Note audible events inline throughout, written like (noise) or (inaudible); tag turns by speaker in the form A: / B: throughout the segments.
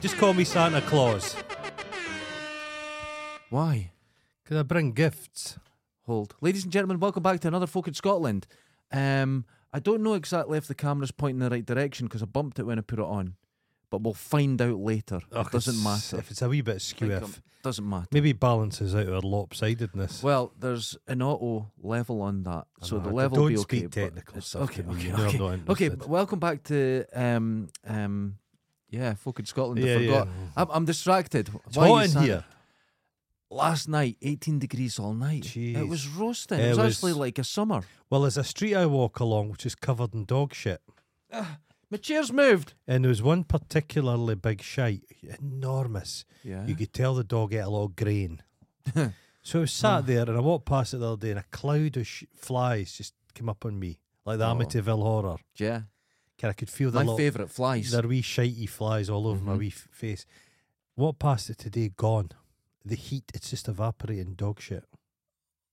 A: Just call me Santa Claus.
B: Why?
A: Because I bring gifts.
B: Hold. Ladies and gentlemen, welcome back to another Folk in Scotland. Um, I don't know exactly if the camera's pointing in the right direction because I bumped it when I put it on, but we'll find out later.
A: Ugh,
B: it doesn't
A: Oh, it's-
B: matter.
A: If it's a wee bit skew,
B: Think I'm-
A: if.
B: doesn't matter.
A: Maybe it balances out our lopsidedness.
B: Well, there's an auto level on that,
A: I
B: so
A: know,
B: the
A: I
B: level
A: don't
B: will be okay.
A: speak
B: but
A: technical
B: it's-
A: stuff to
B: Okay,
A: me,
B: okay,
A: you know I'm
B: okay.
A: not
B: okay.
A: interested.
B: but welcome back to um um yeah, folk in Scotland. I
A: Yeah, yeah.
B: forgot. I'm, I'm distracted.
A: it's
B: Why are
A: hot
B: you
A: in
B: sad?
A: here.
B: Last night, 18 degrees all night. It
A: Jeez.
B: was roasting.
A: It
B: It was,
A: was-
B: actually like a summer.
A: Well, there's a street I walk along which is covered in dog shit.
B: My chair's moved.
A: And there was one particularly big shite, enormous.
B: Yeah.
A: You could tell the dog ate a lot of
B: (laughs)
A: grain. so I was sat
B: Hmm.
A: there and I walked past it the other day and a cloud of sh- flies just came up on me, like the
B: Oh.
A: Amityville horror.
B: yeah.
A: Kind I could feel the
B: My
A: little,
B: favourite flies.
A: their wee shitey flies all over my
B: Mhm.
A: wee f- face. Walked past it today, gone. The heat, it's just evaporating dog shit.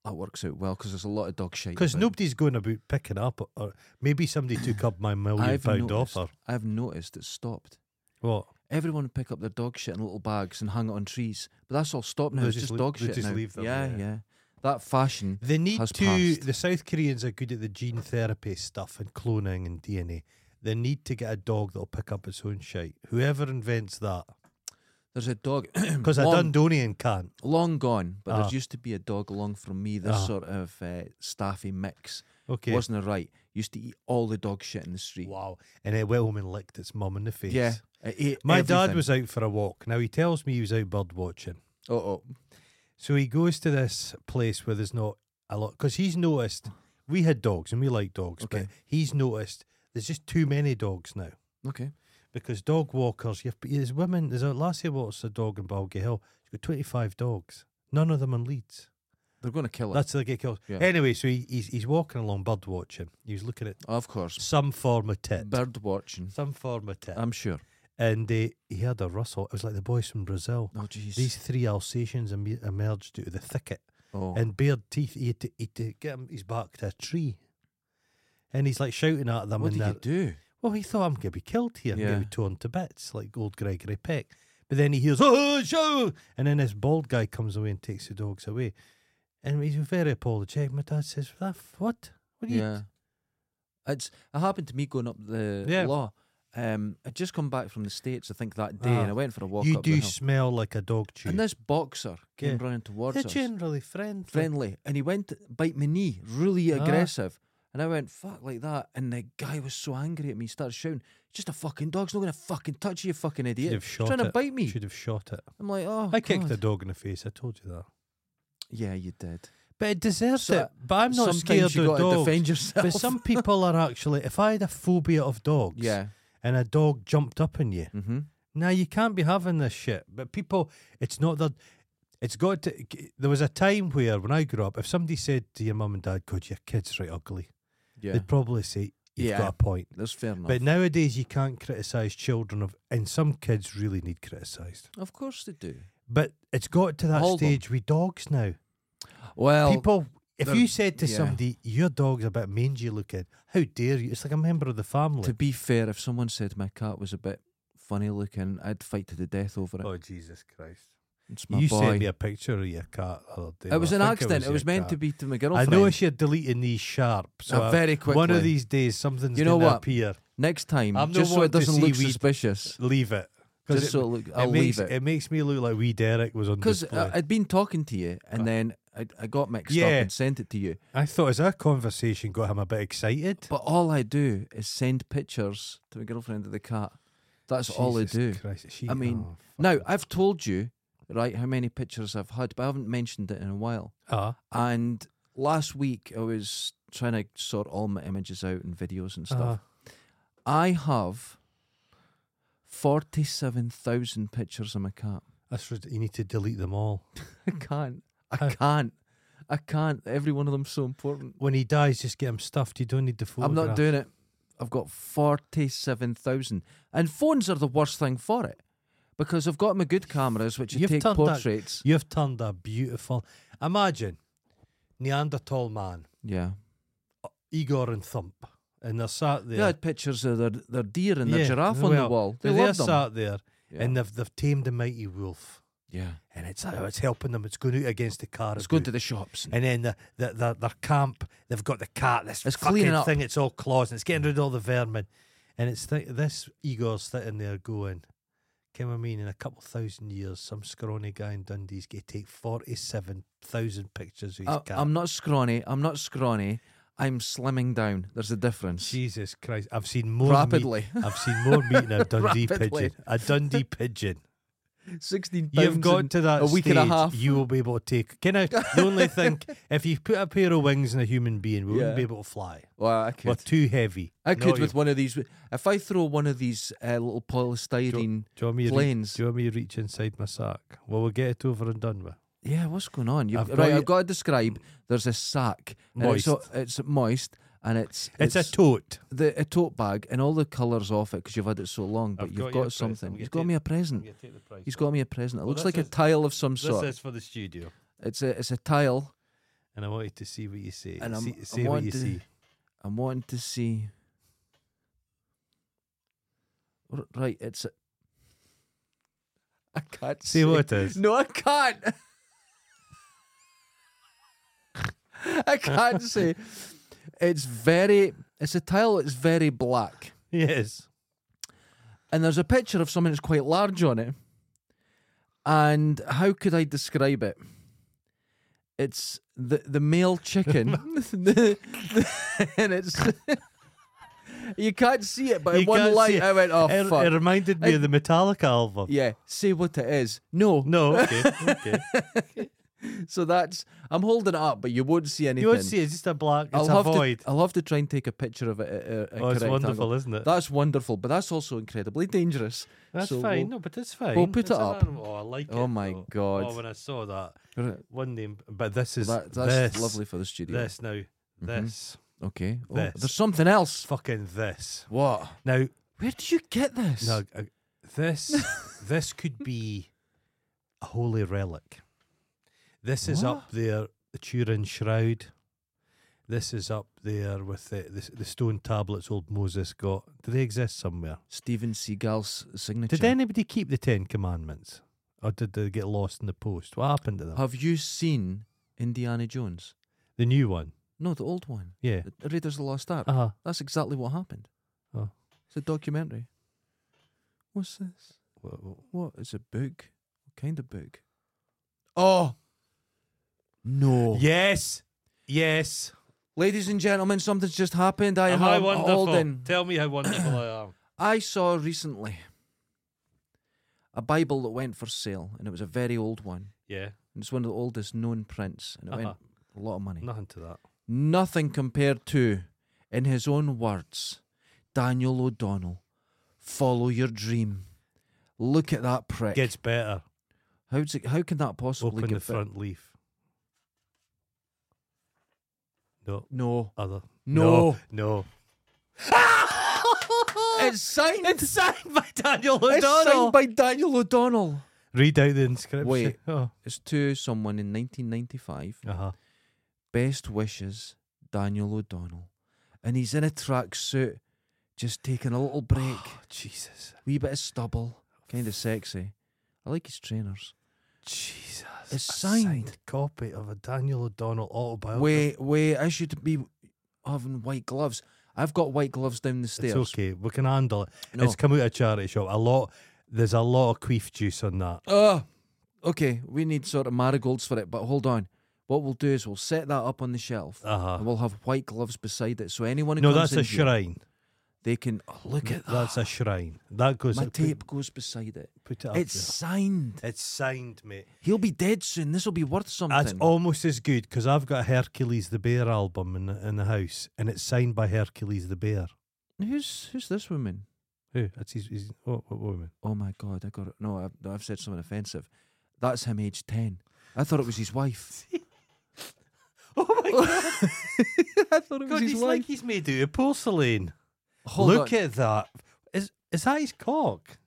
B: That works out well because there's a lot of dog shit.
A: Because
B: about.
A: nobody's going about picking up, or maybe somebody took up
B: (clears throat)
A: my million
B: I've
A: pound
B: noticed-
A: offer.
B: I've noticed it's stopped.
A: What?
B: Everyone would pick up their dog shit in little bags and hang it on trees, but that's all stopped now.
A: They
B: it's
A: just
B: just
A: lea-
B: dog
A: they
B: shit
A: just
B: now.
A: leave them,
B: yeah,
A: yeah.
B: That fashion.
A: They need
B: has
A: to.
B: passed.
A: The South Koreans are good at the gene therapy stuff and cloning and DNA. They need to get a dog that'll pick up its own shite. Whoever invents that,
B: There's a dog. (clears throat)
A: because a
B: long,
A: Dundonian can't.
B: long gone, but
A: Ah.
B: there used to be a dog along from me. This
A: Ah.
B: sort of uh, staffy mix
A: Okay.
B: wasn't it right. Used to eat all the dog shit in the street.
A: wow. And it went home and licked its mum in the face.
B: Yeah, it ate
A: My dad
B: everything.
A: was out for a walk. Now he tells me he was out bird watching.
B: Oh, oh,
A: So he goes to this place where there's not a lot because he's noticed we had dogs and we like dogs, but
B: Okay.
A: he's noticed there's just too many dogs now.
B: oh. okay.
A: because dog walkers, you've, there's women, there's a lassie walks a dog in Balgy Hill. She's got 25 dogs, none of them in Leeds.
B: They're going to kill it.
A: That's how they get killed.
B: Yeah.
A: Anyway, so he, he's, he's walking along bird watching. He was looking at
B: of course.
A: some form of tit.
B: Bird Um. watching.
A: Some form of tit.
B: I'm sure.
A: and uh, he heard a rustle. It was like the boys from Brazil.
B: Oh, jeez.
A: These three Alsatians em- emerged out of the thicket
B: Oh,
A: and bared teeth. He had, to, he had to get him, his back to a tree. And he's like shouting at them.
B: what
A: and
B: did
A: they're-
B: you do?
A: Well, he thought I'm going to be killed here. I'm
B: Yeah.
A: going to be torn to bits like old Gregory Peck. But then he hears, oh, show! And then this bald guy comes away and takes the dogs away. And he's very apologetic. My dad says, "That f- what? What are you?
B: Yeah. It's it happened to me going up the
A: Yeah.
B: law. Um, I'd just come back from the states, I think that day,
A: Ah.
B: and I went for a walk
A: you
B: up the
A: do
B: hill.
A: smell like a dog chew.
B: And this boxer came
A: Yeah.
B: running towards
A: They're
B: us,
A: generally friendly.
B: friendly, and he went to bite my knee, really
A: Ah.
B: aggressive. And I went fuck like that, and the guy was so angry at me, he started shouting, "Just a fucking dog's not gonna fucking touch you, you fucking
A: Should
B: idiot!
A: have
B: He's
A: shot
B: trying
A: it.
B: to bite me."
A: Should have shot it.
B: I'm like, "Oh,
A: I kicked the
B: God."
A: dog in the face. I told you that.
B: Yeah, you did.
A: But it deserves
B: So,
A: it. But I'm not
B: Sometimes
A: scared
B: you
A: of
B: got to
A: dogs.
B: defend
A: (laughs)
B: yourself.
A: But some people are actually. If I had a phobia of dogs,
B: yeah,
A: and a dog jumped up on you,
B: mm-hmm.
A: Now you can't be having this shit. But people, it's not that. It's got to. There was a time where, when I grew up, if somebody said to your mum and dad, "God, your kid's right ugly,"
B: yeah.
A: they'd probably say, "You've
B: Yeah.
A: got a point."
B: That's fair enough.
A: But nowadays, you can't criticise children of, and some kids really need criticised.
B: of course they do.
A: But it's got to that
B: Hold on.
A: stage with dogs now.
B: Well,
A: people, if
B: they're-
A: you said to
B: yeah.
A: somebody, "Your dog's a bit mangy looking," how dare you? It's like a member of the family.
B: To be fair, if someone said my cat was a bit funny looking, I'd fight to the death over it.
A: oh Jesus Christ!
B: it's my
A: you
B: boy.
A: sent me a picture of your cat the other day.
B: it was an
A: I think
B: accident. It was,
A: your
B: meant
A: cat.
B: to be to my
A: I
B: girlfriend.
A: notice you're deleting these sharp. So
B: Uh,
A: I-
B: very
A: One
B: quickly.
A: of these days, something's
B: You know
A: going to
B: what?
A: appear.
B: Next time,
A: I'm no
B: just so
A: one
B: it
A: to
B: doesn't
A: see
B: look
A: weed.
B: suspicious.
A: Leave it. (laughs) 'Cause
B: Just so it look, I'll
A: makes,
B: leave it.
A: makes me look like wee Derek was on
B: Because uh,
A: display. I,
B: I'd been talking to you, and
A: Uh.
B: then I, I got mixed up
A: Yeah.
B: and sent it to you.
A: thought, is that conversation got him a bit excited?
B: But all I do is send pictures to my girlfriend of the cat. That's all I
A: Jesus
B: do.
A: Christ, she-
B: I mean,
A: oh, fuck.
B: Now I've told you, right, how many pictures I've had, but I haven't mentioned it in a while.
A: Ah,
B: And last week I was trying to sort all my images out and videos and stuff.
A: Uh-huh.
B: I have forty-seven thousand pictures of my cat.
A: (laughs) that's rid- you need to delete them all.
B: I can't. I
A: How-
B: can't. I can't. Every one of them's so important.
A: When he dies, just get him stuffed. You don't need the
B: I'm
A: photograph.
B: not doing it. I've got forty-seven thousand, and phones are the worst thing for it because I've got my good cameras, which you
A: You've
B: take
A: turned that-
B: portraits.
A: You've turned a beautiful. Imagine Neanderthal man,
B: Yeah,
A: Igor and Thump, and they're sat there.
B: yeah. I had pictures of their, their deer and their
A: Yeah,
B: giraffe on the
A: well,
B: wall. They
A: they're
B: love them.
A: sat there, and they've they've tamed the mighty wolf,
B: yeah.
A: and it's uh, it's helping them. It's going out against the car.
B: Let's go to the shops.
A: and then the, the, the their camp, they've got the cat. This
B: It's
A: fucking
B: cleaning up.
A: thing, it's all claws and it's getting rid of all the vermin. And it's th- this Igor's sitting there going, "Can I mean in a couple thousand years, some scrawny guy in Dundee's going to take forty-seven thousand pictures of his
B: I,
A: cat."
B: I'm not scrawny. I'm not scrawny. I'm slimming down. There's a difference.
A: Jesus Christ! I've seen more meat-
B: Rapidly. (laughs)
A: I've seen more meat in a Dundee
B: Rapidly.
A: pigeon. A Dundee pigeon.
B: 16 pounds.
A: You've got
B: in
A: to that
B: a week and a
A: stage,
B: half.
A: You will be able to take. Can I? The
B: (laughs)
A: only thing, if you put a pair of wings in a human being, we
B: Yeah.
A: wouldn't be able to fly.
B: Well, I could.
A: We're too heavy.
B: I could
A: Not
B: with one of these. If I throw one of these uh, little polystyrene
A: Do you want me to reach,
B: planes.
A: do you want me to reach inside my sack? Well, we'll get it over and done with.
B: Yeah, what's going on? You've,
A: I've got
B: right,
A: you-
B: I've got to describe. There's a sack. and
A: Moist.
B: It's, o- it's moist and it's
A: It's, a
B: (laughs)
A: tote.
B: the a tote bag and all the colours off it because you've had it so long. But
A: I've got
B: you've
A: you a
B: got,
A: present.
B: something.
A: I'm
B: He's
A: gonna
B: got me a present. Hmm. He's got me a present. It
A: Well,
B: looks
A: this
B: like
A: is-
B: a tile of some
A: This
B: sort.
A: is for the studio,
B: It's a it's a tile.
A: and I wanted to see what you see.
B: And I'm-
A: see
B: I
A: see what
B: want
A: you
B: to- (laughs)
A: see.
B: I'm wanting to see. R- Right, it's a. I can't
A: See
B: say-
A: what it
B: (laughs)
A: is.
B: No, I can't. I can't say. It's very. It's a tile. It's very black,
A: Yes.
B: and there's a picture of something that's quite large on it. And how could I describe it? It's the the male
A: (laughs)
B: chicken, (laughs) The- the- and it's. (laughs) you can't see it, but
A: You
B: in one
A: can't see
B: light,
A: it.
B: I went, "Oh
A: it, Er,
B: fuck!"
A: it reminded me
B: I-
A: of the Metallica album.
B: yeah, say what it is. No,
A: No, okay, (laughs) okay.
B: So that's I'm holding it up, but you won't see anything.
A: you won't see it's just a black. It's
B: I'll
A: a
B: have
A: void.
B: To, I'll have to try and take a picture of it. At, a- a
A: oh, it's
B: correct
A: wonderful,
B: angle.
A: isn't it?
B: That's wonderful, but that's also incredibly dangerous.
A: That's
B: so
A: fine.
B: we'll-
A: no, but it's fine.
B: we'll put
A: It's
B: it
A: an
B: up.
A: animal. Oh, I like it.
B: Oh my
A: though.
B: God.
A: Oh, when I saw that
B: That,
A: one name, but this is
B: that's
A: this,
B: lovely for Mm-hmm. the studio.
A: This now, this
B: Okay. Oh,
A: This.
B: there's something else.
A: fucking this.
B: What?
A: Now
B: Where did you get this?
A: No, uh,
B: (laughs)
A: this this could be a holy relic. This is up there, the Turin shroud. This is up there with the, the the stone tablets old Moses got. Do they exist somewhere?
B: Steven Seagal's signature.
A: Did anybody keep the Ten Commandments, or did they get lost in the post? What happened to them?
B: Have you seen Indiana Jones?
A: the new one,
B: No, the old one.
A: yeah.
B: The Raiders of the Lost Ark.
A: Uh huh.
B: That's exactly what happened.
A: Oh.
B: It's a documentary. What's this? What is a book? What kind of book?
A: Oh.
B: Oh no!
A: Yes, yes.
B: Ladies and gentlemen, something's just happened. I am
A: Am I
B: Al-
A: wonderful?
B: Alden.
A: Tell me how wonderful I am.
B: I saw recently a Bible that went for sale, and it was a very old one.
A: (coughs) Yeah,
B: And It's one of the oldest known prints, and it went
A: Uh-huh.
B: for a lot of money.
A: nothing to that.
B: Nothing compared to, in his own words, Daniel O'Donnell. Follow your dream. Look at that prick.
A: Gets better.
B: How's it, how can that possibly
A: Open the
B: get better?
A: front leaf. No,
B: No.
A: other.
B: No. (laughs)
A: No.
B: It's signed.
A: It's signed by Daniel
B: It's
A: O'Donnell.
B: signed by Daniel O'Donnell.
A: Read out the inscription.
B: Wait.
A: Oh.
B: It's to someone in 1995.
A: Uh-huh.
B: Best wishes, Daniel O'Donnell. And he's in a tracksuit, just taking a
A: (sighs)
B: little break,
A: Oh, Jesus.
B: wee bit of stubble, kind of sexy. I like his trainers.
A: Jesus.
B: It's
A: A
B: signed.
A: copy of a Daniel O'Donnell autobiography.
B: Wait, wait, I should be having white gloves. I've got white gloves down the
A: It's
B: stairs.
A: okay. We can handle it.
B: No.
A: It's come out of charity shop. A lot. There's a lot of queef juice on that.
B: Oh, okay. We need sort of marigolds for it, but hold on. What we'll do is we'll set that up on the shelf,
A: Uh-huh.
B: and we'll have white gloves beside it, so anyone who
A: No,
B: comes
A: that's
B: in
A: a
B: here,
A: shrine.
B: they can oh, look at that.
A: That's a shrine. That goes.
B: My
A: put-
B: tape goes beside it.
A: Put it up
B: It's signed.
A: there. It's signed, mate.
B: He'll be dead soon. This will be worth something.
A: That's almost as good because I've got a Hercules the Bear album in the, in the house, and it's signed by Hercules the Bear.
B: Who's who's this woman?
A: Who? That's his. his what, what
B: (laughs)
A: woman?
B: Oh my god! I got it. No, I've, no, I've said something offensive. That's him, age ten. I thought it was
A: (laughs)
B: his wife.
A: Oh my (laughs) god!
B: I thought it
A: he's made out of porcelain.
B: Hold
A: Look
B: on.
A: at that. Is is that his cock?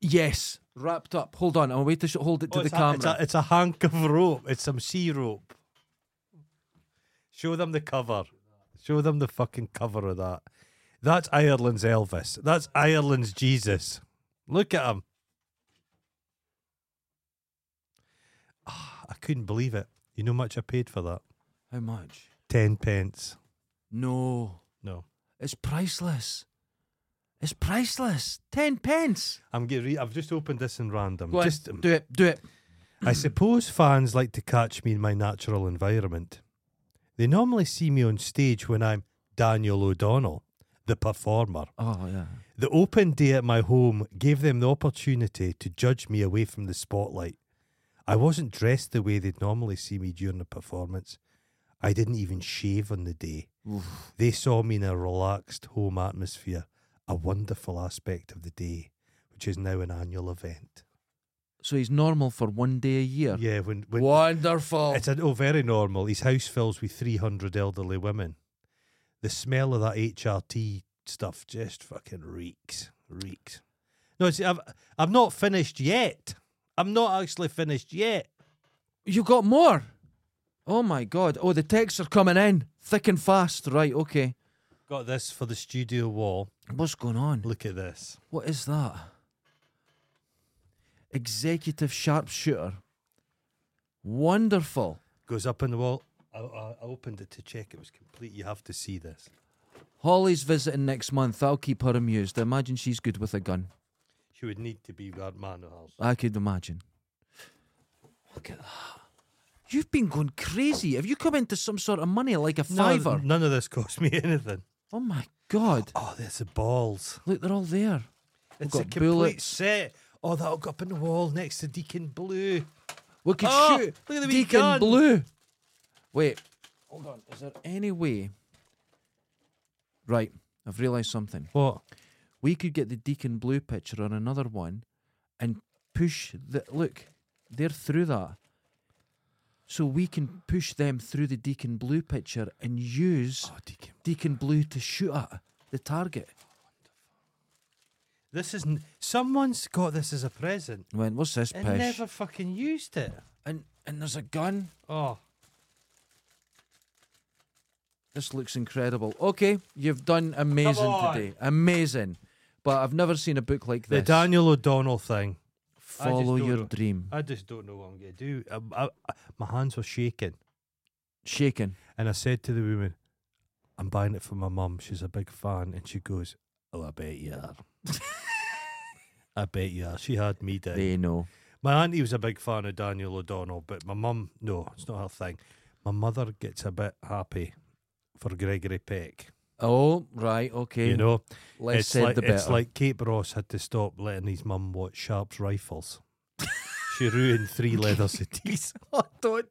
B: yes, wrapped up. Hold on. I'll wait to sh- hold it to
A: Oh,
B: the
A: it's,
B: camera.
A: A, it's, a, it's a hank of rope. It's some sea rope. Show them the cover. Show them the fucking cover of that. That's Ireland's Elvis. That's Ireland's Jesus. Look at him. Ah, I couldn't believe it. You know how much I paid for that?
B: How much?
A: Ten pence.
B: No,
A: No,
B: it's priceless. It's priceless. Ten pence.
A: I'm getting. Re- I've just opened this in random.
B: Go
A: just, um,
B: on, do it. Do it.
A: I suppose fans like to catch me in my natural environment. They normally see me on stage when I'm Daniel O'Donnell, the performer.
B: Oh yeah.
A: The open day at my home gave them the opportunity to judge me away from the spotlight. I wasn't dressed the way they'd normally see me during a performance. I didn't even shave on the day. They saw me in a relaxed home atmosphere, a wonderful aspect of the day, which is now an annual event.
B: So he's normal for one day a year.
A: Yeah, when, when
B: Wonderful.
A: it's a, oh very normal. His house fills with three hundred elderly women. The smell of that HRT stuff just fucking reeks, reeks. No, see, I've I've not finished yet. I'm not actually finished yet.
B: You got more. Oh my god. Oh, the texts are coming in thick and fast. Right. Okay.
A: Got this for the studio wall.
B: What's going on?
A: Look at this.
B: What is that? Executive sharpshooter. Wonderful.
A: Goes up in the wall. I, I, I opened it to check it was complete. You have to see this.
B: Holly's visiting next month. That'll keep her amused. I imagine she's good with a gun.
A: She would need to be that man of house.
B: I could imagine. Look at that. You've been going crazy. Have you come into some sort of money like a
A: None,
B: fiver?
A: none of this cost me (laughs) anything.
B: Oh my god.
A: Oh, there's the balls.
B: Look, they're all there.
A: It's a
B: got
A: complete
B: bullets.
A: set. Oh, that'll go up in the wall next to Deacon Blue.
B: We could
A: Oh,
B: shoot
A: look at the wee
B: Deacon
A: gun.
B: Blue. Wait, hold on. Is there any way? Right, I've realised something.
A: What?
B: We could get the Deacon Blue picture on another one and push the. Look, they're through that. So we can push them through the Deacon Blue picture and use
A: Deacon.
B: Deacon Blue to shoot at the target.
A: This isn't. Someone's got this as a present
B: Went, what's this
A: and
B: pish?
A: never fucking used it.
B: and, and there's a gun.
A: Oh,
B: This looks incredible. Okay, you've done amazing
A: on.
B: today. Amazing. But I've never seen a book like
A: the
B: this.
A: Daniel O'Donnell thing. I just
B: Follow
A: don't
B: your
A: know.
B: dream.
A: I just don't know what I'm gonna do. Um, I, I, my hands were shaking,
B: Shaken.
A: and I said to the woman, "I'm buying it for my mum. She's a big fan." And she goes, "Oh, I bet you are. (laughs) I bet you are." She had me down.
B: They know.
A: My auntie was a big fan of Daniel O'Donnell, but my mum, no, it's not her thing. My mother gets a bit happy for Gregory Peck.
B: Oh, right, okay.
A: You know,
B: Less
A: it's
B: said
A: like
B: the better.
A: it's like Kate Ross had to stop letting his mum watch Sharp's
B: (laughs)
A: rifles. she ruined three leather cities.
B: oh, don't.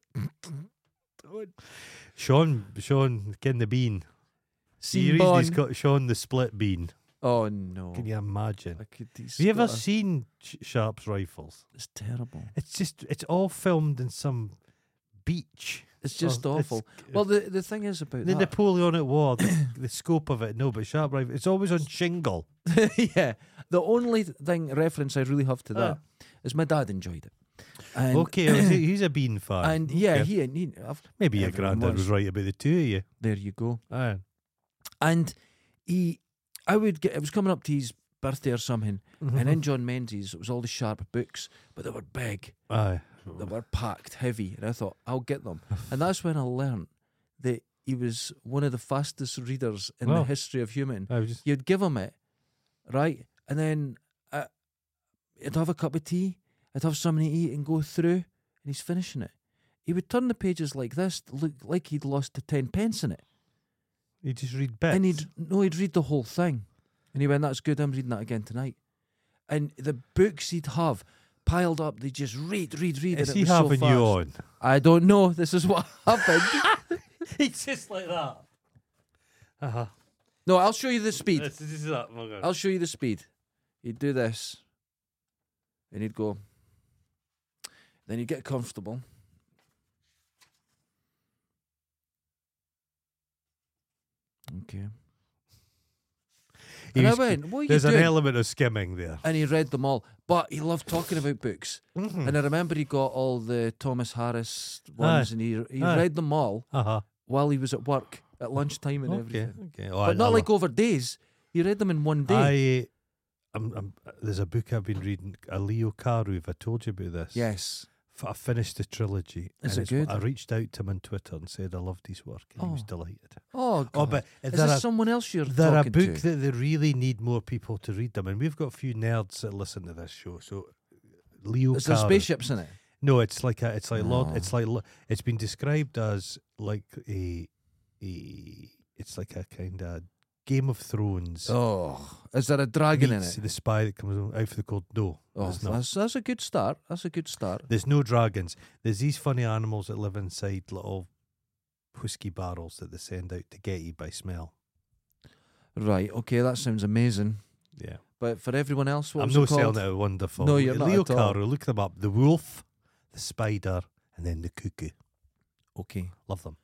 A: Sean, Sean, Ken the Bean.
B: Scene
A: Series he's
B: Bond.
A: got Sean the Split Bean.
B: Oh, no.
A: Can you imagine?
B: I could, he's
A: Have you ever
B: got a-
A: seen Sh- Sharp's rifles?
B: It's terrible.
A: It's just it's all filmed in some beach.
B: Oh, It's just
A: Or Oh, it's-
B: awful. Well, the, the thing is about
A: The
B: that. (laughs)
A: Napoleonic War, the, the scope of it, no, but sharp rifle. It's always on shingle.
B: yeah. The only thing reference I really have to that is
A: Uh.
B: my dad enjoyed it. And, (clears throat)
A: okay, I was-
B: (laughs)
A: he's a bean fan.
B: And yeah,
A: Okay.
B: he and he. I've,
A: maybe your
B: everyone
A: granddad
B: was.
A: was right about the two of you.
B: there you go.
A: Aye.
B: And he, I would get. It was coming up to his birthday or something,
A: (laughs)
B: and in John Menzies, it was all the sharp books, but they were big,
A: Aye.
B: they were packed, heavy, and I thought I'll get them. And that's when I learnt that he was one of the fastest readers in
A: Wow.
B: the history of human.
A: I was just
B: You'd give him it, right, and then I, I'd have a cup of tea, I'd have something to eat, and go through, and he's finishing it. He would turn the pages like this, look like he'd lost the ten pence in it.
A: you just read bits.
B: And he'd no, he'd read the whole thing, and he went, "That's good. I'm reading that again tonight." And the books he'd have piled up, they just read, read, read.
A: Is
B: and it
A: he
B: was
A: having
B: so
A: you
B: fast. (laughs)
A: on?
B: I don't know. This is what happened.
A: He's just like that. Uh huh.
B: no, I'll show you the speed. Oh,
A: This is that. my God.
B: I'll show you the speed. He'd do this, and he'd go. Then he'd get comfortable. Okay.
A: He
B: and I
A: was-
B: went, "What are you
A: There's an
B: doing?"
A: element of skimming there.
B: and he read them all. But he loved talking about books,
A: Mm-hmm.
B: and I remember he got all the Thomas Harris ones,
A: Aye.
B: and he he
A: Aye.
B: read them all
A: Uh huh.
B: while he was at work at lunchtime and
A: Okay. Oh,
B: everything.
A: Okay.
B: But not like over days. He read them in one day.
A: I I'm, I'm, there's a book I've been reading, a Leo Carew. If I told you about this,
B: Yes.
A: F- I finished the trilogy. and
B: Is it
A: it's-
B: good?
A: I reached out to him on Twitter and said I loved his work, and he was
B: Oh.
A: delighted.
B: Oh,
A: Oh,
B: God.
A: but
B: is
A: there
B: there
A: are
B: someone else you're
A: they're a
B: talking
A: book
B: to?
A: that they really need more people to read them, and we've got a few nerds that listen to this show. So, Leo,
B: Is there Ah.
A: Carew-
B: spaceships in it?
A: No, it's like a, it's like Lord,
B: No.
A: it's like lo- it's been described as like a, a it's like a kind of Game of Thrones.
B: Oh, is there a dragon in
A: meets
B: it?
A: The spy that comes out for the cold. No,
B: Oh,
A: there's not.
B: that's, that's a good start. That's a good start.
A: There's no dragons. There's these funny animals that live inside little whiskey barrels that they send out to get you by smell.
B: Right. Okay, that sounds amazing.
A: Yeah,
B: But for everyone else, what
A: I'm
B: was
A: no
B: it called?
A: selling it. out, Wonderful.
B: No, you're not
A: Leo
B: at all.
A: Caro, look them up. The wolf, the spider, and then the cuckoo.
B: Okay.
A: Love them,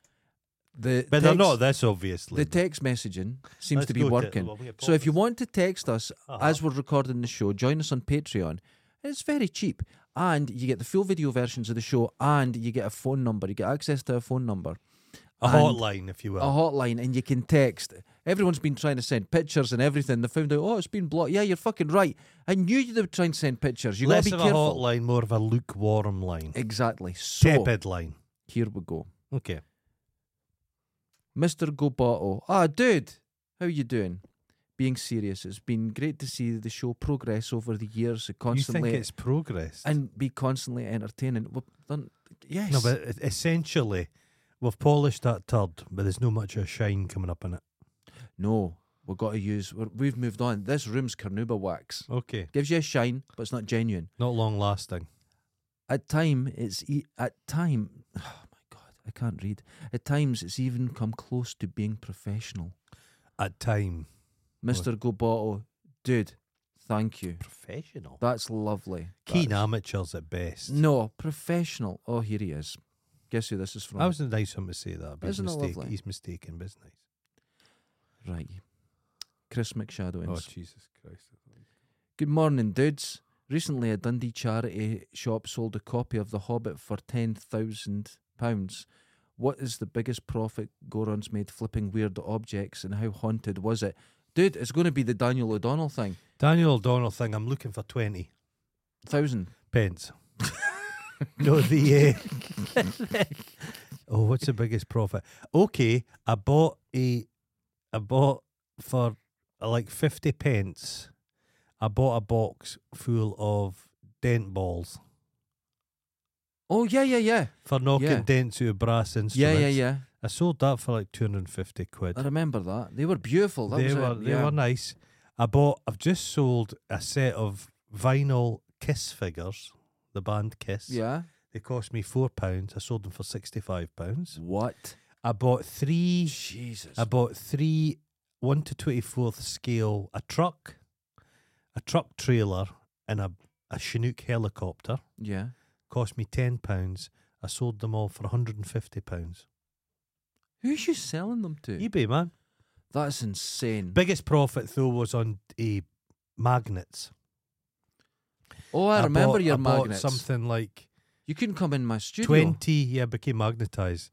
B: The
A: but they're
B: text-
A: not this obviously.
B: The text messaging seems
A: Let's
B: to be
A: go to-
B: working.
A: well, we get
B: so if you
A: pauses.
B: want to text us
A: Uh-huh.
B: as we're recording the show, join us on Patreon. It's very cheap, and you get the full video versions of the show, and you get a phone number. You get access to a phone number,
A: a
B: and-
A: hotline, if you will.
B: a hotline, and you can text. Everyone's been trying to send pictures and everything. They found out, oh, it's been blocked. Yeah, you're fucking right. I knew you would try and send pictures. You
A: Less
B: got to
A: of
B: be careful.
A: a hotline, more of a lukewarm line,
B: Exactly. So
A: tepid line.
B: here we go,
A: Okay,
B: Mister Gobato. Ah, dude, how you doing? Being serious, it's been great to see the show progress over the years. Constantly
A: you think it's progress?
B: and be constantly entertaining. We've done, yes.
A: No, but e- essentially, we've polished that turd, but there's no much of shine coming up in it.
B: no, we've got to use. We're, we've moved on. This room's carnauba wax.
A: Okay,
B: Gives you a shine, but it's not genuine.
A: not long lasting.
B: At time, it's e- at time. (sighs) Oh my god, I can't read. At times, it's even come close to being professional,
A: At time,
B: Mister Gobato. Dude, thank you.
A: professional,
B: That's lovely.
A: keen
B: That's-
A: amateurs at best.
B: No, professional. Oh, here he is. Guess who this is from?
A: That was a nice one to say that. But he's,
B: Isn't it
A: mistake,
B: lovely?
A: he's mistaken, but it's nice.
B: right. Chris McShadowins.
A: Oh Jesus Christ!
B: Good morning, dudes. Recently, a Dundee charity shop sold a copy of The Hobbit for £10,000. What is the biggest profit Goron's made flipping weird objects and how haunted was it? Dude, it's going to be the Daniel O'Donnell thing.
A: Daniel O'Donnell thing. I'm looking for twenty
B: Thousand.
A: pence. (laughs) no, the. Uh, (laughs) oh, what's the biggest profit? Okay, I bought a, I bought for uh, like fifty pence. I bought a box full of dent balls
B: Oh, yeah, yeah, yeah.
A: for knocking
B: Yeah.
A: dents out of brass instruments.
B: Yeah, yeah, yeah.
A: I sold that for like two hundred and fifty quid.
B: I remember that. They were beautiful. That
A: they
B: was
A: were
B: it.
A: they
B: yeah.
A: were nice. I bought. I've just sold a set of vinyl Kiss figures, the band Kiss.
B: Yeah.
A: They cost me four pounds. I sold them for sixty five pounds.
B: What?
A: I bought three.
B: Jesus.
A: I bought three one to twenty fourth scale. A truck, a truck trailer, and a a Chinook helicopter.
B: yeah.
A: Cost me ten pounds. I sold them all for one hundred and fifty pounds.
B: Who's you selling them to?
A: eBay man.
B: That's insane.
A: Biggest profit though was on a magnets.
B: oh, I, remember
A: bought,
B: your
A: I bought
B: magnets.
A: Something like.
B: You couldn't come in my studio.
A: 20 yeah I became magnetized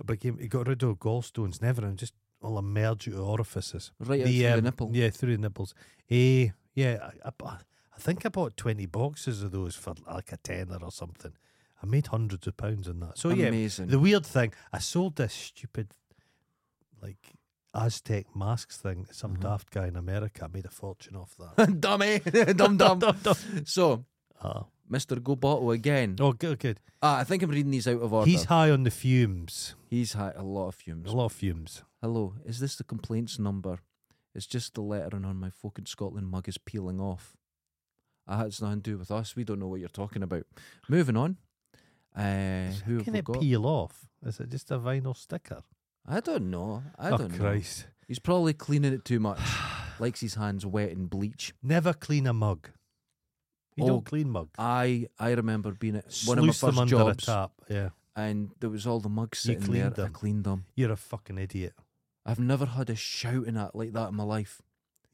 A: I became it got rid of gallstones never and just all emerge out of orifices um,
B: Right out through the nipple.
A: yeah through the nipples eh yeah I, I, bu- I think I bought 20 boxes of those for like a tenner or something I made hundreds of pounds on that so
B: Amazing.
A: yeah the weird thing I sold this stupid like Aztec masks thing to some
B: Mm-hmm.
A: daft guy in America I made a fortune off
B: (laughs)
A: that (laughs)
B: (laughs) dummy, dum dum.
A: dum.
B: So,
A: Ah.
B: Mr. Gobato again.
A: oh good good
B: Ah, I think I'm reading these out of order.
A: he's high on the fumes
B: He's had a lot of
A: a
B: fumes.
A: lot of fumes
B: Hello, is this the complaints number? It's just the lettering on my fucking Scotland mug is peeling off. Ah, it's nothing to do with us. We don't know what you're talking about. Moving on. Uh, who have
A: Can
B: we
A: it
B: got?
A: peel off? Is it just a vinyl sticker?
B: I don't know. I
A: oh
B: don't
A: Christ!
B: know. He's probably cleaning it too much. (sighs) Likes his hands wet and bleach.
A: Never clean a mug. You
B: Oh,
A: don't clean mugs.
B: I I remember being at one of my
A: Sluice them
B: first
A: under
B: jobs,
A: a tap. Yeah,
B: and there was all the mugs
A: You
B: sitting there.
A: cleaned
B: I
A: them.
B: cleaned them.
A: you're a fucking idiot.
B: I've never had a shouting at like that in my life.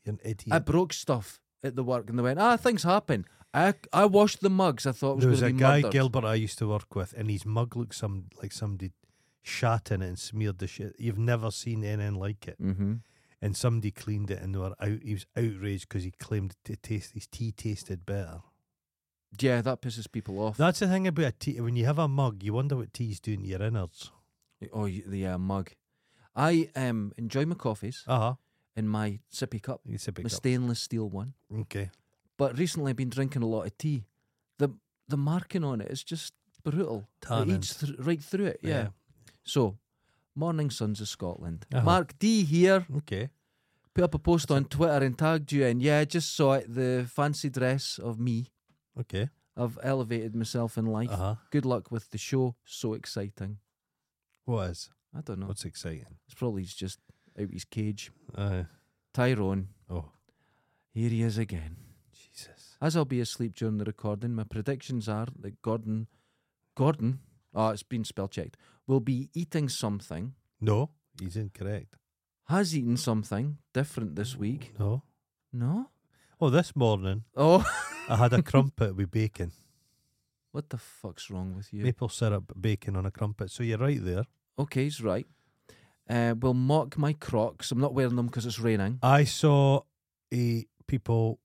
A: You're an idiot.
B: I broke stuff at the work, and they went, "Ah, things happen." I I washed the mugs. I thought it was
A: there was a
B: going to be
A: guy
B: murdered.
A: Gilbert I used to work with, and his mug looked some like somebody shat in it and smeared the shit. You've never seen anything like it.
B: mm-hmm.
A: and somebody cleaned it and they were out. He was outraged because he claimed to taste his tea tasted better.
B: Yeah, that pisses people off.
A: That's the thing about a tea. When you have a mug, you wonder what tea's doing to your innards.
B: oh, y- the uh, mug. I um enjoy my coffees
A: Uh huh.
B: in my sippy cup,
A: It's a big
B: my
A: up.
B: stainless steel one.
A: Okay.
B: But recently, I've been drinking a lot of tea. the The marking on it is just brutal. It eats
A: Tannins.
B: thr right through it. Yeah. So, Morning Sons of Scotland.
A: Uh-huh.
B: Mark D here
A: Okay.
B: put up a post on Twitter and tagged you in. Yeah, I just saw it. The fancy dress of me.
A: Okay.
B: I've elevated myself in life.
A: Uh huh.
B: Good luck with the show. So exciting.
A: What is?
B: I don't know.
A: What's exciting?
B: It's probably he's just out his cage.
A: Uh,
B: Tyrone,
A: oh,
B: here he is again.
A: Jesus.
B: As I'll be asleep during the recording, my predictions are that Gordon, Gordon, oh, it's been spell checked, will be eating something,
A: No, he's incorrect.
B: has eaten something different this week.
A: No.
B: No?
A: Oh, this morning
B: Oh, (laughs)
A: I had a crumpet with bacon,
B: what the fuck's wrong with you?
A: maple syrup bacon on a crumpet. So you're right there.
B: Okay, he's right. Uh, will mock my Crocs. I'm not wearing them because it's raining.
A: I saw a people,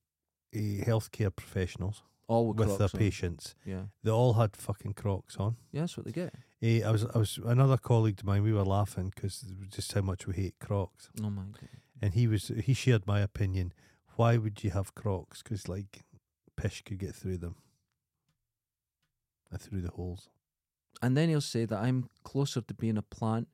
A: a healthcare professionals
B: All with,
A: with
B: Crocs
A: their
B: on.
A: patients.
B: Yeah.
A: They all had fucking Crocs on.
B: yeah, that's what they get.
A: Eh, I was, I was another colleague of mine. We were laughing because just how much we hate Crocs,
B: Oh my god.
A: and he was he shared my opinion. Why would you have Crocs? Because like, pish could get through them. I threw the holes.
B: And then he'll say that I'm closer to being a plant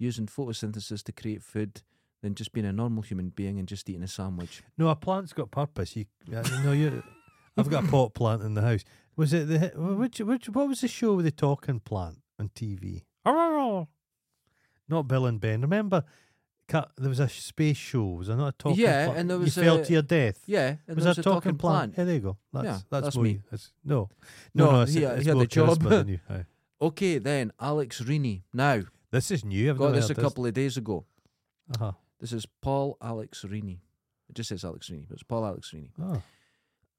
B: using photosynthesis to create food than just being a normal human being and just eating a sandwich.
A: No, a plant's got purpose. You, uh, you know, you. I've got a
B: (laughs)
A: pot plant in the house. Was it the which which what was the show with the talking plant on TV? Not Bill and Ben. Remember, ca- there was a space show. Was there not a talking?
B: Yeah,
A: plant?
B: and there
A: You
B: was
A: fell
B: a-
A: to your death.
B: Yeah, and
A: was
B: there's
A: that talking, plant? Yeah, there you go. That's
B: Yeah,
A: that's,
B: that's
A: more
B: me.
A: you- That's, no, no,
B: No,
A: no. it's,
B: he-
A: it's
B: he had
A: more
B: a job.
A: charisma than you. Aye.
B: Okay, then Alex Rini. Now
A: This is new. I've
B: got
A: never
B: this a
A: heard
B: couple of days ago.
A: Uh-huh.
B: This is Paul Alex Rini. It just says Alex Rini, but it's Paul Alex Rini.
A: Oh.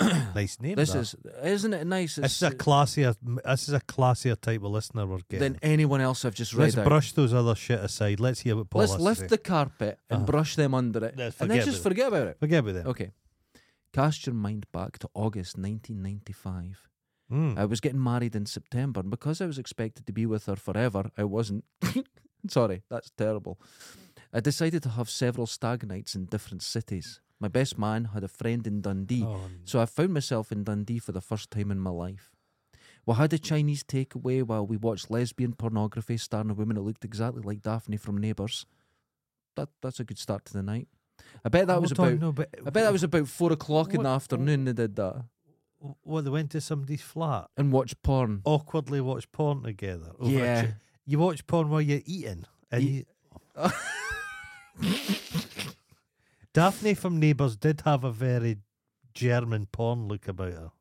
B: (clears throat)
A: nice name.
B: This
A: that.
B: is isn't it nice?
A: this is a classier. This is a classier type of listener we're getting.
B: than anyone else I've just read
A: Let's
B: out.
A: brush those other shit aside. Let's hear what Paul
B: Let's
A: has to say.
B: lift the carpet and
A: Uh-huh.
B: brush them under it,
A: Let's
B: and then
A: forget
B: just
A: about
B: forget about it.
A: Forget about them.
B: Okay, cast your mind back to August 1995.
A: Mm.
B: I was getting married in September, and because I was expected to be with her forever, I wasn't. (laughs) Sorry, that's terrible. I decided to have several stag nights in different cities. My best man had a friend in Dundee,
A: Oh, n-
B: E. so I found myself in Dundee for the first time in my life. We had a Chinese takeaway while we watched lesbian pornography starring a woman that looked exactly like Daphne from Neighbours. That that's a good start to the night. I bet that was
A: Hold on,
B: about.
A: no, but
B: I bet that was about four o'clock in
A: What-
B: the afternoon. They did that
A: Well, they went to somebody's flat,
B: and watched porn.
A: awkwardly watched porn together. over a
B: Yeah.
A: chi- you watch porn while you're eating, and
B: Ye-
A: you. Daphne from Neighbours did have a very German porn look about her.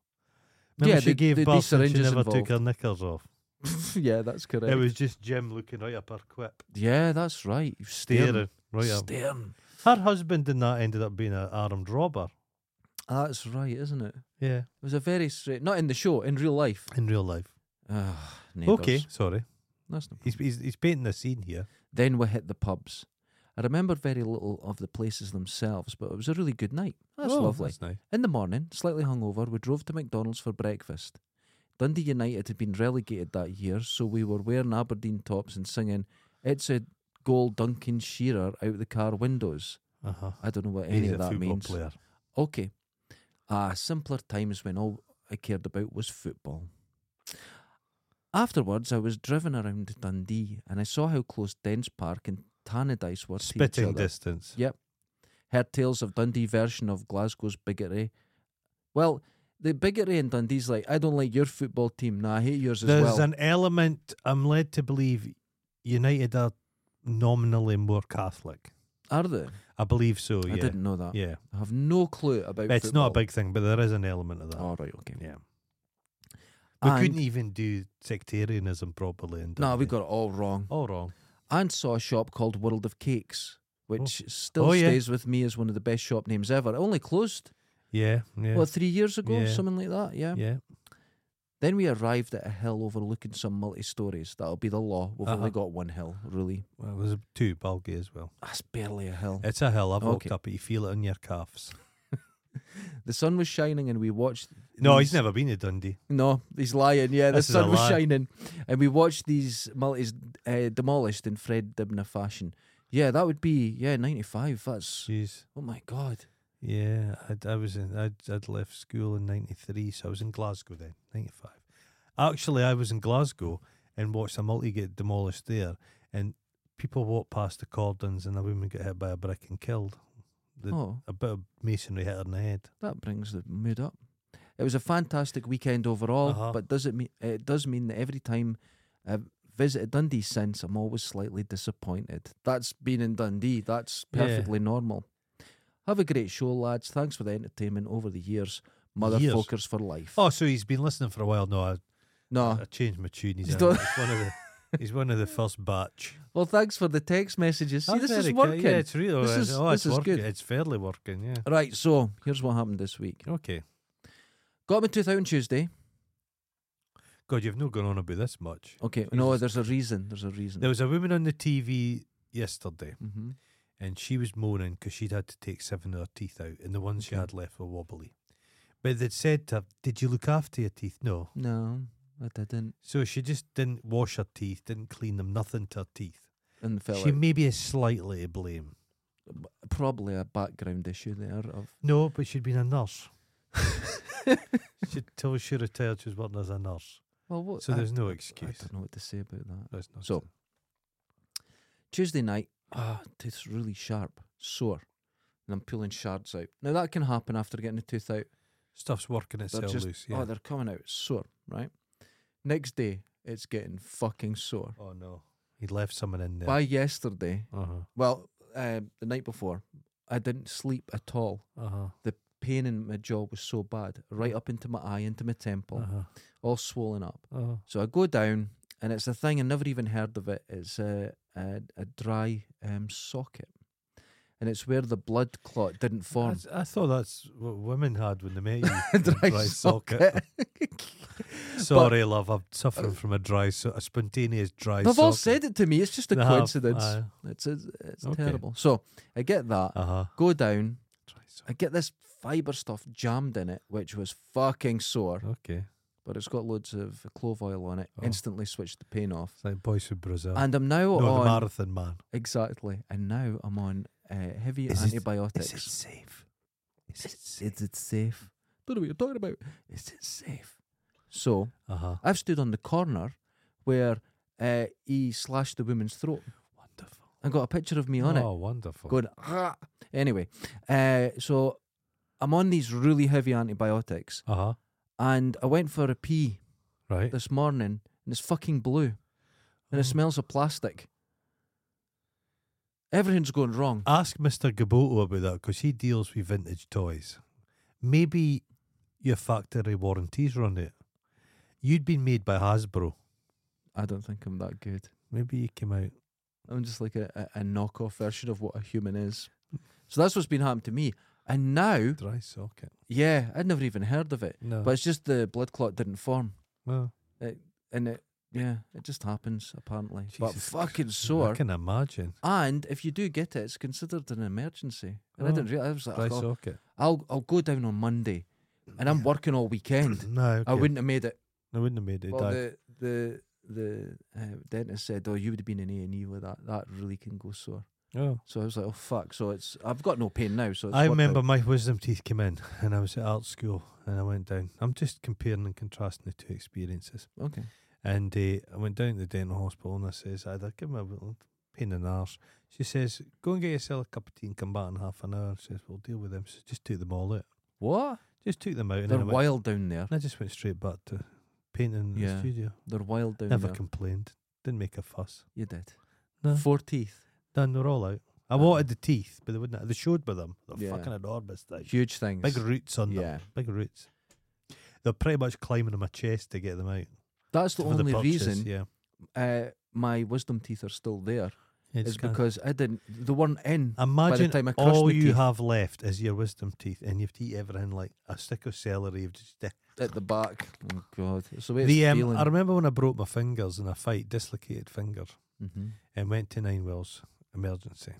A: Remember
B: Yeah,
A: she
B: the-
A: gave
B: the- the
A: birth and she
B: syringes
A: never took her knickers off.
B: (laughs) yeah, that's correct.
A: It was just Jim looking right up her quip,
B: yeah, that's right. He was Staring.
A: staring right up.
B: Staring.
A: Her husband in that ended up being an armed robber.
B: Ah, That's right, isn't it? It
A: Yeah,
B: was a very straight. Not in the show, in real life.
A: in real life.
B: Ugh,
A: Okay,
B: neighbours.
A: sorry.
B: That's no
A: He's, he's he's painting the scene here.
B: Then we hit the pubs. I remember very little of the places themselves, but it was a really good night. That's
A: Oh,
B: lovely.
A: That's nice.
B: In the morning, slightly hungover, we drove to McDonald's for breakfast. Dundee United had been relegated that year, so we were wearing Aberdeen tops and singing "It's a Goal, Duncan Shearer" out the car windows.
A: Uh huh.
B: I don't know what Uh-huh. any
A: He's a
B: of that
A: football
B: means.
A: player.
B: Okay. Ah, simpler times when all I cared about was football. Afterwards, I was driven around Dundee and I saw how close Dens Park and Tannadice were to each
A: Spitting
B: other.
A: distance.
B: Yep. Heard tales of Dundee version of Glasgow's bigotry. Well, the bigotry in Dundee's like, I don't like your football team. Nah, I hate yours as
A: There's
B: well.
A: an element I'm led to believe United are nominally more Catholic.
B: Are they?
A: I believe so.
B: I
A: Oh, yeah.
B: didn't know that.
A: Yeah.
B: I have no clue about
A: It's not a
B: football.
A: big thing, but there is an element of that.
B: All right, okay.
A: Yeah. We
B: And-
A: couldn't even do sectarianism properly. In
B: No,
A: Dundee.
B: we got it all wrong.
A: all wrong.
B: and saw a shop called World of Cakes, which still
A: Oh, yeah.
B: stays with me as one of the best shop names ever. It only closed
A: Yeah. Yeah.
B: what three years ago,
A: Yeah.
B: something like that. Yeah.
A: yeah.
B: Then we arrived at a hill overlooking some multi stories. That'll be the law. We've
A: Uh-huh.
B: only got one hill, really.
A: Well, there's two bulgy as well.
B: That's barely a hill.
A: It's a hill. I've
B: Okay.
A: walked up it. You feel it on your calves.
B: The sun was shining, and we watched.
A: No, he's
B: these-
A: never been to Dundee.
B: No, he's lying. Yeah, the
A: This is a
B: sun was
A: lie.
B: shining, and we watched these multis uh, demolished in Fred Dibner fashion. Yeah, that would be yeah ninety five. That's
A: Jeez.
B: oh my god.
A: Yeah, I'd, I was in. I'd, I'd left school in '93, so I was in Glasgow then, '95. Actually, I was in Glasgow and watched a multi get demolished there, and people walked past the cordons, and a woman got hit by a brick and killed. The-
B: Oh,
A: A bit of masonry hit her in the head.
B: that brings the mood up. It was a fantastic weekend overall,
A: Uh-huh.
B: but does it mean it does mean that every time I've visited Dundee since, I'm always slightly disappointed. That's been in Dundee. That's
A: Yeah.
B: perfectly normal. Have a great show, lads. Thanks for the entertainment over the
A: Years.
B: years, motherfuckers for life.
A: Oh, so he's been listening for a while. No, I,
B: no,
A: I changed my tune. He's,
B: He's
A: in.
B: done-
A: he's one of the.
B: (laughs)
A: He's one of the first batch.
B: Well, thanks for the text messages. See,
A: That's
B: this is
A: very good.
B: working.
A: Yeah, it's really.
B: This is-
A: oh,
B: this
A: it's
B: is
A: working.
B: good.
A: It's fairly working. Yeah.
B: Right, so here's what happened this week.
A: Okay.
B: Got my tooth out on Tuesday.
A: God, you've not gone on about this much.
B: Okay, no,
A: Jesus.
B: there's a reason. There's a reason.
A: There was a woman on the TV yesterday,
B: hmm
A: and she was moaning because she'd had to take seven of her teeth out, and the ones she
B: Okay.
A: had left were wobbly. But they'd said to her, "Did you look after your teeth?" No.
B: No, I didn't.
A: So she just didn't wash her teeth, didn't clean them, nothing to her teeth.
B: And fell
A: she
B: out.
A: maybe is slightly to blame.
B: Probably a background issue there
A: (laughs)
B: of
A: No, but she'd been a nurse. (laughs) she till she retired, she was working as a nurse.
B: well, what?
A: So
B: I,
A: there's no
B: I
A: excuse.
B: don't know what to say about that.
A: There's no
B: So- Tuesday night, ah, tooth's really sharp, sore, and I'm pulling shards out. Now that can happen after getting the tooth out.
A: stuff's working itself
B: just-
A: loose. Yeah.
B: Oh, they're coming out sore, right? Next day, it's getting fucking sore.
A: Oh, no, he left someone in there.
B: By yesterday,
A: Uh huh.
B: Well, uh, the night before, I didn't sleep at all.
A: Uh huh.
B: Pain in my jaw was so bad, right up into my eye, into my temple,
A: Uh huh.
B: all swollen up.
A: Uh huh.
B: So I go down, and it's a thing I never even heard of it. It's a a, a dry um, socket, and it's where the blood clot didn't form.
A: That's- I thought that's what women had when they met you.
B: A
A: a
B: (laughs) dry socket.
A: Sorry, love. I'm suffering from a dry, so- a spontaneous dry.
B: Uh, They've all said it to me. It's just a coincidence.
A: Uh
B: it's a, it's
A: Okay.
B: terrible. So I get that.
A: huh.
B: Go down.
A: uh-huh, Dry socket.
B: I get this fiber stuff jammed in it, which was fucking sore.
A: Okay.
B: but it's got loads of clove oil on it.
A: Oh.
B: Instantly switched the pain off.
A: It's like boys from Brazil.
B: And I'm now
A: no, the
B: on
A: marathon man.
B: exactly, and now I'm on uh, heavy
A: Is it-
B: antibiotics.
A: safe? Is it
B: Is it safe? Don't know what you're talking about. Is it safe? So
A: Uh huh.
B: I've stood on the corner where uh, he slashed the woman's throat
A: Wonderful.
B: and got a picture of me on
A: oh,
B: it
A: wonderful.
B: going. "Ah." Anyway, uh, so I'm on these really heavy antibiotics,
A: Uh huh.
B: and I went for a pee
A: Right.
B: this morning and it's fucking blue and
A: Oh.
B: it smells of plastic. Everything's going wrong.
A: Ask Mr. Gaboto about that because he deals with vintage toys. Maybe your factory warranties run out. You'd been made by Hasbro.
B: I don't think I'm that good.
A: Maybe you came out.
B: I'm just like a, a, a knockoff version of what a human is. So that's what's been happening to me. And now,
A: Dry socket.
B: yeah, I'd never even heard of it.
A: No.
B: But it's just the blood clot didn't form.
A: no.
B: And it, yeah, it just happens apparently. but
A: Jesus
B: fucking
A: Christ, I
B: sore.
A: can imagine.
B: And if you do get it, it's considered an emergency. And I
A: Oh.
B: didn't realize. I was like,
A: Dry
B: "Oh,
A: socket.
B: I'll, I'll go down on Monday and I'm working all weekend.
A: (clears throat) (laughs) No,
B: I
A: okay.
B: wouldn't have made it.
A: I wouldn't have made it. Di-
B: Well, the the the uh, dentist said, "Oh, you would have been in A and E with that. That really can go sore."
A: oh.
B: So I was like, "Oh fuck!" So it's I've got no pain now. So it's
A: I
B: worked
A: remember
B: out.
A: my wisdom teeth came in, and I was at art school, and I went down. I'm just comparing and contrasting the two experiences.
B: Okay.
A: And uh, I went down to the dental hospital, and I says, "I'd give me a little pain in the arse." She says, "Go and get yourself a cup of tea and come back in half an hour." I says, "We'll deal with them." So just took them all out.
B: What?
A: Just took them out, and
B: They're
A: then I, went,
B: wild down there.
A: and I just went straight back to painting in
B: Yeah.
A: the studio.
B: They're wild down
A: Never
B: there.
A: complained. Didn't make a fuss.
B: you did.
A: No.
B: Four teeth.
A: Done. They're all out. I
B: Uh-huh.
A: wanted the teeth, but they wouldn't. They showed me them. They're
B: Yeah.
A: fucking enormous things.
B: Huge things.
A: Big roots on them.
B: yeah.
A: Big roots. They're pretty much climbing on my chest to get them out.
B: That's the
A: for
B: only
A: purchase,
B: reason
A: Yeah.
B: uh, my wisdom teeth are still there is because I didn't. They weren't in.
A: Imagine
B: time I crushed
A: all
B: my
A: you
B: teeth.
A: have left is your wisdom teeth, and you've to eat everything like a stick of celery. You've just
B: at the back. Oh God, it's the way it's
A: the, um,
B: feeling.
A: I remember when I broke my fingers in a fight, dislocated finger,
B: Mhm.
A: and went to Nine Wells emergency.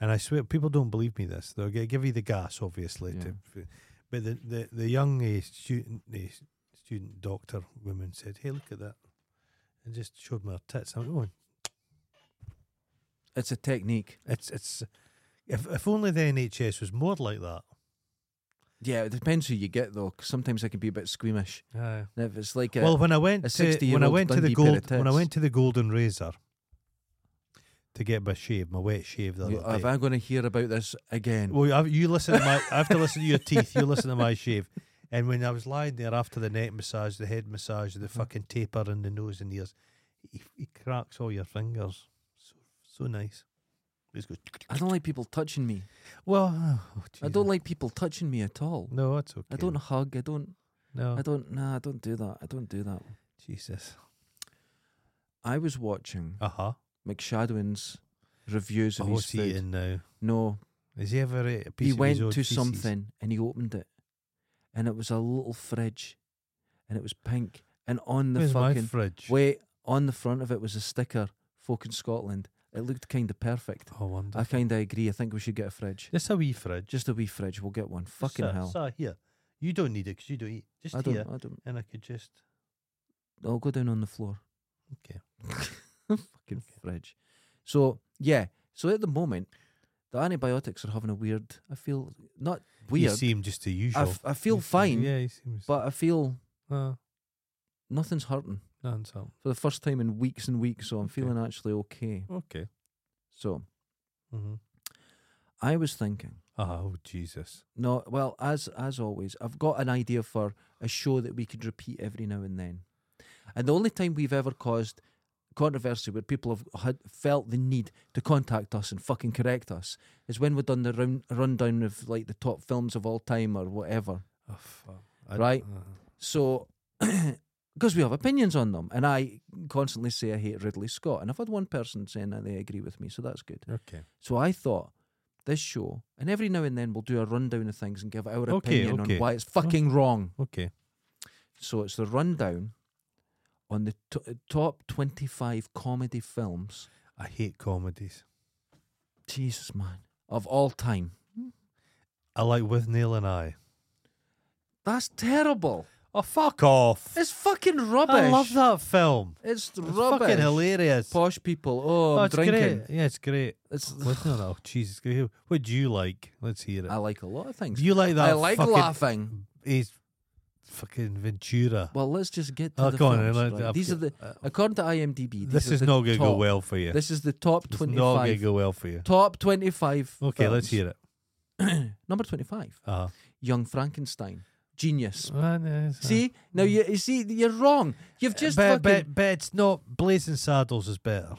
A: And I swear, people don't believe me. This they'll gi- give you the gas, obviously.
B: Yeah.
A: To, f- but the the the young eh, student eh, student doctor woman said, "Hey, look at that," and just showed me her tits. I'm "Oh, going,
B: It's a technique.
A: "It's it's." If if only the NHS was more like that.
B: Yeah, it depends who you get though. 'cause sometimes I can be a bit squeamish.
A: Aye.
B: And if it's like a,
A: Well, when I went
B: a
A: to when I
B: 60-year-old
A: went to the
B: Dundee pair
A: gold
B: of
A: when I
B: tits.
A: went to the Golden Razor to get my shave, my wet shave the other
B: you- if
A: day.
B: I'm going to hear about this again,
A: Well, I've, you listen to my. I have to listen to your teeth. You listen to my shave. And when I was lying there after the neck massage, the head massage,
B: Mm.
A: the fucking taper in the nose and ears, he, he cracks all your fingers. So so nice. Just goes.
B: I don't like people touching me.
A: Well, oh,
B: I
A: Jesus.
B: don't like people touching me at all.
A: No, it's okay.
B: I don't hug. I don't.
A: No,
B: I don't. Nah, I don't do that. I don't do that.
A: Jesus.
B: I was watching
A: Uh huh.
B: McShadwin's reviews of
A: Oh,
B: his
A: what's he
B: food.
A: eating now?
B: No,
A: Is he ever ate a piece
B: he
A: of his
B: went
A: own
B: to
A: feces?
B: something and he opened it, and it was a little fridge, and it was pink, and on the
A: Where's my
B: fucking
A: fridge?
B: wait on the front of it was a sticker, "Folk in Scotland." It looked kind of perfect.
A: Oh, wonder.
B: I kind of agree. I think we should get a fridge,
A: Just a wee fridge.
B: just a wee fridge. We'll get one. Fucking
A: Sir,
B: hell!
A: sir, here. You don't need it 'cause you don't eat. Just
B: I don't.
A: here.
B: I don't.
A: And I could just.
B: I'll go down on the floor.
A: Okay.
B: (laughs) fucking fridge. So yeah. So at the moment, the antibiotics are having a weird. I feel not
A: You
B: weird.
A: seem just the
B: I,
A: usual.
B: f- I feel
A: You seem-
B: fine,
A: Yeah, he seems.
B: but I feel
A: uh,
B: nothing's hurting
A: no, it's all-
B: for the first time in weeks and weeks. So I'm
A: Okay.
B: feeling actually okay.
A: Okay.
B: So
A: Mm-hmm.
B: I was thinking.
A: Oh Jesus!
B: No, well, as as always, I've got an idea for a show that we could repeat every now and then. And the only time we've ever caused controversy where people have had felt the need to contact us and fucking correct us is when we've done the run, rundown of like the top films of all time or whatever.
A: Oh, fuck. I-
B: Right.
A: uh,
B: So, (clears throat) because we have opinions on them, and I constantly say I hate Ridley Scott, and I've had one person saying that they agree with me, so that's good.
A: okay.
B: So I thought this show, and every now and then we'll do a rundown of things and give our
A: Okay,
B: opinion
A: okay.
B: on why it's fucking wrong.
A: Okay.
B: So it's the rundown on the t- top 25 comedy films,
A: I hate comedies.
B: Jesus man, of all time.
A: I like with Neil and I.
B: That's terrible.
A: Oh fuck off!
B: It's fucking rubbish.
A: I love that film.
B: It's
A: It's
B: rubbish.
A: fucking hilarious.
B: Posh people. Oh,
A: oh,
B: I'm
A: it's
B: drinking.
A: great. Yeah, it's great.
B: It's,
A: With Neil and I. Oh Jesus! What do you like? Let's hear it.
B: I like a lot of things.
A: Do you like that?
B: I like
A: fucking,
B: laughing.
A: He's fucking Ventura.
B: Well, let's just get to
A: Oh,
B: the
A: go on,
B: films,
A: I like-
B: right?
A: I've
B: These are
A: got-
B: the according to IMDb. These
A: this
B: are
A: is
B: the
A: not going to go
B: top-
A: well for you.
B: This is the top
A: It's not going to
B: 25.
A: go well for you.
B: Top 25.
A: Okay, let's
B: films.
A: hear it.
B: Number 25.
A: Uh-huh.
B: Young Frankenstein. Genius.
A: Ah, no, it's-
B: See? Now you, you see you're wrong. You've just
A: mm. Uh, but,
B: fucking
A: but, but it's not Blazing Saddles is better.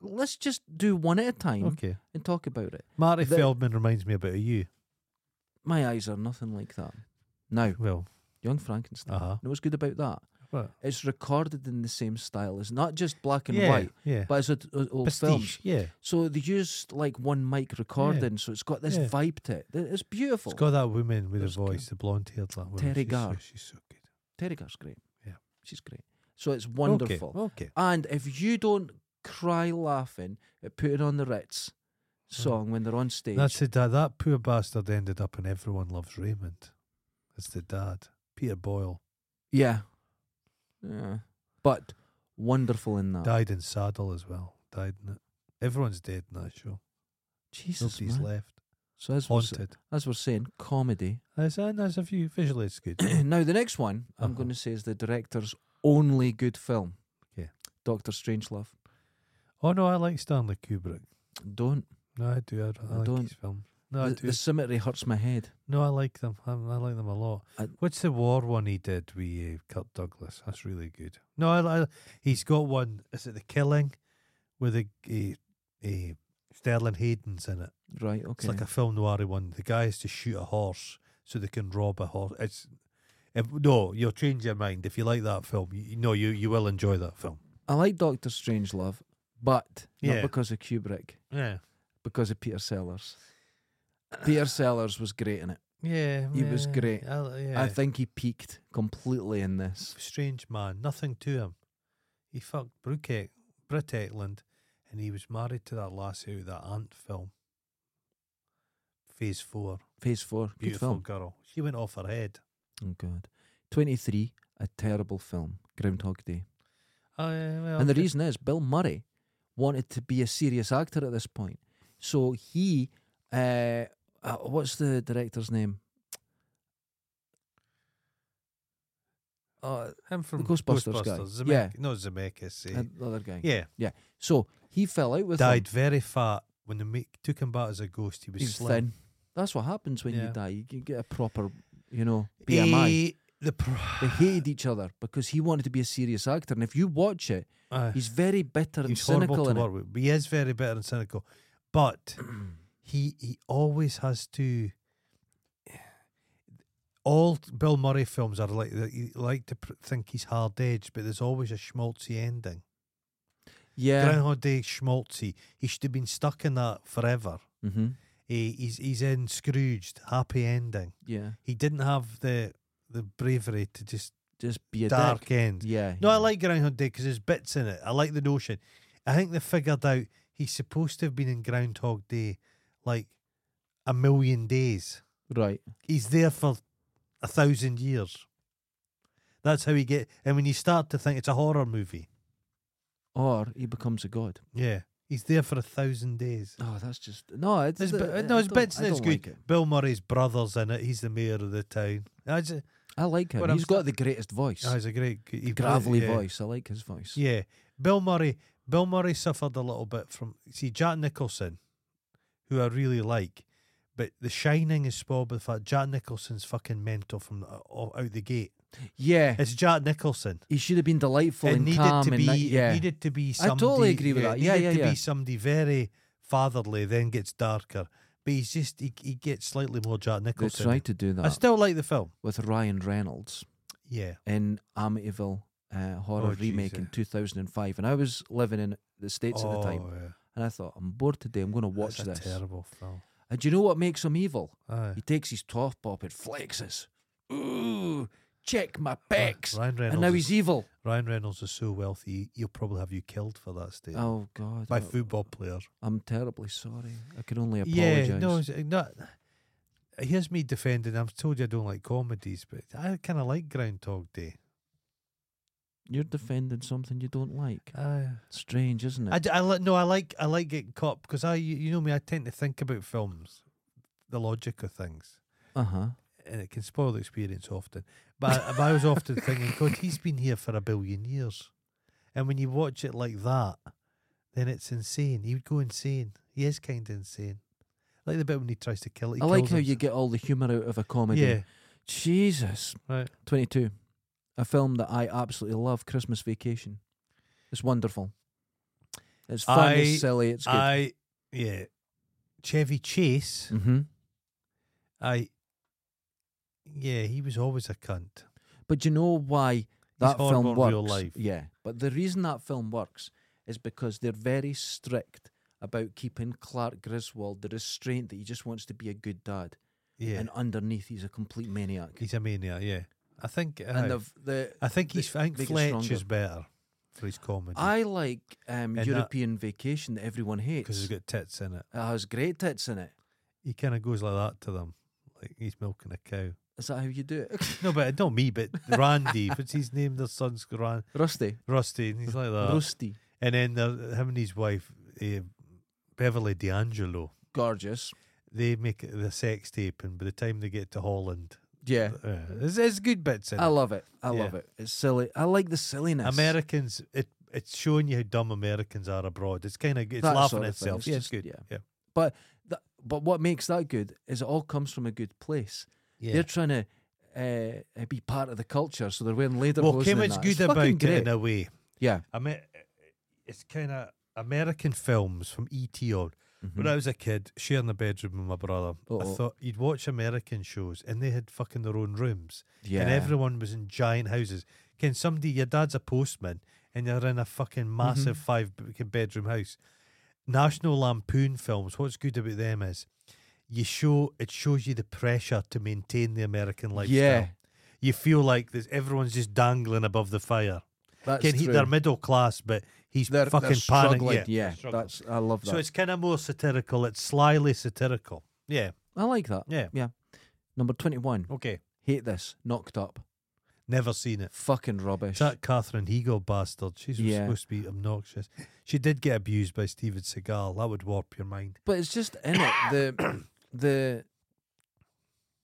B: let's just do one at a time
A: Okay.
B: and talk about it.
A: Marty
B: The-
A: Feldman reminds me a bit of you.
B: My eyes are nothing like that. Now,
A: Well,
B: Young Frankenstein.
A: Uh-huh.
B: You know what's good about that?
A: What?
B: It's recorded in the same style. It's not just black and
A: yeah,
B: white,
A: yeah.
B: but it's a, a, old films.
A: Prestige, yeah.
B: So they used like one mic recording, so it's got this
A: Yeah.
B: vibe to it. Th- It's beautiful.
A: It's got that woman with
B: There's
A: the
B: good.
A: voice, the blonde haired that woman.
B: Terry
A: she's
B: Garr.
A: So, she's so good.
B: Terry Garr's great.
A: Yeah.
B: She's great. So it's wonderful.
A: Okay. okay.
B: And if you don't cry laughing at putting on the Ritz song when they're on stage,
A: Uh-huh. That's the dad. That poor bastard ended up in Everyone Loves Raymond. It's the dad, Peter Boyle.
B: yeah, yeah, but wonderful in that.
A: Died in Saddle as well. Died in it. Everyone's dead in that show.
B: Jesus,
A: Nobody's
B: man.
A: left.
B: so as we're, sa-
A: Haunted.
B: as we're saying, comedy. (clears throat)
A: There's, and there's a few. Visually, it's
B: (coughs)
A: good.
B: now the next one I'm
A: Uh-huh.
B: going to say is the director's only good film.
A: Okay.
B: Doctor Strangelove.
A: oh, no, I like Stanley Kubrick.
B: Don't
A: No, I do. I, I,
B: I
A: like
B: don't.
A: his films. No, I
B: the,
A: do.
B: the cemetery hurts my head.
A: No, I like them. I, I like them a lot.
B: I-
A: What's the war one he did with uh, Kirk Douglas? That's really good. No, I, I, he's got one. Is it The Killing with a, a, a Sterling Hayden's in it?
B: Right. Okay.
A: It's like a film noir one. The guy has to shoot a horse so they can rob a horse. It's if, no, you'll change your mind if you like that film. You, no, you you will enjoy that film.
B: I like Doctor Strangelove, but
A: Yeah.
B: not because of Kubrick,
A: Yeah.
B: because of Peter Sellers. Peter Sellers was great in it.
A: Yeah.
B: He was
A: yeah,
B: great.
A: I, yeah.
B: I think he peaked completely in this.
A: strange man, nothing to him. He fucked Brooke, Brit Eklund, and he was married to that lassie out of that Ant film. Phase four,
B: Phase four, good
A: beautiful
B: film.
A: girl. She went off her head.
B: Oh God, twenty three, a terrible film, Groundhog Day.
A: Oh, yeah, well,
B: And the
A: good.
B: reason is Bill Murray wanted to be a serious actor at this point. So he, uh, uh, what's the director's name? Uh,
A: Oh, him from
B: Ghostbusters guy.
A: Ghostbusters,
B: Yeah.
A: Zemeck- no Zemeckis. eh.
B: another Uh, guy.
A: yeah,
B: So he fell out with
A: died
B: him.
A: very fat when they make, took him back as a ghost. He was,
B: He was
A: slim.
B: thin. That's what happens when
A: Yeah.
B: you die. You can get a proper, you know, BMI.
A: He, Eh, the pro-
B: They hated each other because he wanted to be a serious actor. And if you watch it,
A: Aye.
B: he's very bitter and
A: he's
B: cynical
A: horrible
B: in
A: to
B: it.
A: work with. But he is very bitter and cynical,
B: (clears throat)
A: but he he always has to. All Bill Murray films are like that. You like to pr- think he's hard edged, but there's always a schmaltzy ending.
B: Yeah.
A: Groundhog Day schmaltzy. He should have been stuck in that forever.
B: hmm
A: He, he's he's in Scrooged, happy ending.
B: Yeah.
A: He didn't have the the bravery to just
B: Just be a
A: dark
B: dick.
A: end.
B: Yeah.
A: No, I
B: yeah.
A: like Groundhog Day because there's bits in it. I like the notion. I think they figured out he's supposed to have been in Groundhog Day like a million days.
B: Right.
A: He's there for a thousand years. That's how he get. And when you start to think it's a horror movie,
B: Or he becomes a god.
A: yeah, he's there for a thousand days.
B: Oh, that's just no. It's
A: There's,
B: uh,
A: bi-
B: I
A: no, his
B: don't-
A: bits
B: I
A: in it's
B: don't
A: good.
B: like it.
A: Bill Murray's brother's in it. He's the mayor of the town. I just,
B: I like him.
A: But I'm
B: He's got the greatest voice,
A: oh, he's a great he-
B: gravelly
A: yeah.
B: voice. I like his voice.
A: Yeah, Bill Murray. Bill Murray suffered a little bit from see Jack Nicholson, who I really like, but The Shining is spoiled by the fact Jack Nicholson's fucking mental from the, o- out the gate.
B: Yeah,
A: It's Jack Nicholson.
B: he should have been delightful
A: It
B: and
A: needed
B: calm
A: to
B: and
A: be.
B: ni-
A: It
B: yeah,
A: needed to be.
B: I
A: Somebody,
B: totally agree with that. Yeah,
A: it needed
B: yeah,
A: to
B: yeah.
A: be somebody very fatherly, then gets darker, but he's just he, he gets slightly more Jack
B: they
A: Nicholson.
B: tried to do
A: I
B: that
A: still like the film.
B: with Ryan Reynolds
A: Yeah,
B: in Amityville uh, horror
A: Oh,
B: remake
A: jeez,
B: in
A: yeah.
B: 2005, and I was living in the states
A: oh,
B: at the time,
A: Yeah.
B: and I thought I'm bored today. I'm going to watch
A: That's
B: this.
A: A terrible film.
B: And do you know what makes him evil?
A: Aye.
B: He takes his top off, it flexes. Ooh, check my pecs.
A: Ryan Reynolds.
B: and now
A: is-
B: he's evil.
A: Ryan Reynolds is so wealthy, he'll probably have you killed for that statement.
B: Oh God!
A: By
B: I-
A: football player.
B: I'm terribly sorry. I can only apologise.
A: Yeah, no, it's- no. Here's me defending. I'm told you I don't like comedies, but I kind of like Groundhog Day.
B: You're defending something you don't like.
A: I,
B: Strange, isn't it?
A: I, d- I li- no, I like I like getting caught up because I you you know me. I tend to think about films, the logic of things,
B: Uh huh.
A: and it can spoil the experience often. But I, but I was often thinking, God, he's been here for a billion years, and when you watch it like that, then it's insane. He would go insane. He is kind of insane. Like the bit when he tries to kill. He
B: I like
A: kills
B: how
A: him-
B: you get all the humour out of a comedy.
A: Yeah,
B: Jesus.
A: right.
B: 22. A film that I absolutely love, Christmas Vacation. It's wonderful. It's fun,
A: I-
B: it's silly, it's good.
A: I yeah, Chevy Chase.
B: mm-hmm.
A: I yeah, he was always a cunt.
B: But you know why that film
A: horrible
B: works?
A: in real life.
B: Yeah. But the reason that film works is because they're very strict about keeping Clark Griswold the restraint that he just wants to be a good dad.
A: Yeah,
B: and underneath he's a complete maniac.
A: he's a maniac. Yeah, I think. aye.
B: and the the
A: I think
B: they-
A: he's. I think
B: they get
A: Fletch is
B: stronger.
A: better for his comedy.
B: I like um,
A: that-
B: European Vacation that everyone
A: because he's
B: hates.
A: got tits in it.
B: It has great tits in it.
A: He kind of goes like that to them, like he's milking a cow. (laughs)
B: Is that how you do it? (laughs)
A: No, but not me, but Randy. What's his name? Their son's Ran-
B: Rusty,
A: (laughs) Rusty, and he's like that.
B: Rusty,
A: and then there- him and his wife, eh, Beverly D'Angelo,
B: gorgeous.
A: they make it the sex tape, and by the time they get to Holland,
B: Yeah,
A: eh, there's, there's good bits in
B: I
A: it.
B: love it. I
A: Yeah.
B: love it. It's silly. I like the silliness.
A: Americans, it it's showing you how dumb Americans are abroad. It's kind of it's
B: That
A: laughing
B: sort
A: at
B: of thing.
A: itself.
B: It's
A: yeah,
B: just-
A: it's good.
B: yeah.
A: yeah,
B: But th- but what makes that good is it all comes from a good place.
A: yeah.
B: They're trying to. Uh, uh, be part of the culture, so they're wearing later.
A: Well,
B: clothes
A: came
B: and
A: what's
B: that.
A: good
B: It's
A: about
B: fucking
A: it
B: great.
A: in a way.
B: Yeah,
A: I mean, it's kind of American films from ET on.
B: Mm-hmm.
A: When I was a kid, sharing the bedroom with my brother,
B: Mm. Uh-oh.
A: I thought you'd watch American shows, and they had fucking their own rooms,
B: yeah.
A: and everyone was in giant houses. Can somebody, your dad's a postman, and you're in a
B: Mm-hmm.
A: fucking massive five b- bedroom house. National Lampoon films, what's good about them is you show it shows you the pressure to maintain the American lifestyle.
B: Yeah,
A: You feel like there's, everyone's just dangling ababove the fire.
B: that's
A: Can he,
B: true.
A: they're middle class, but he's
B: They're- they're
A: fucking
B: struggling.
A: panicked.
B: Yeah,
A: struggling.
B: that's I love that.
A: so it's kind of more satirical. It's slyly satirical. Yeah,
B: I like that.
A: yeah.
B: Number twenty-one.
A: Okay.
B: Hate this. Knocked up.
A: Never seen it.
B: Fucking rubbish.
A: It's that Catherine Hegel bastard. She's
B: Yeah.
A: supposed to be obnoxious. She did get abused by Steven Seagal. That would warp your mind.
B: But it's just in it
A: (coughs)
B: the the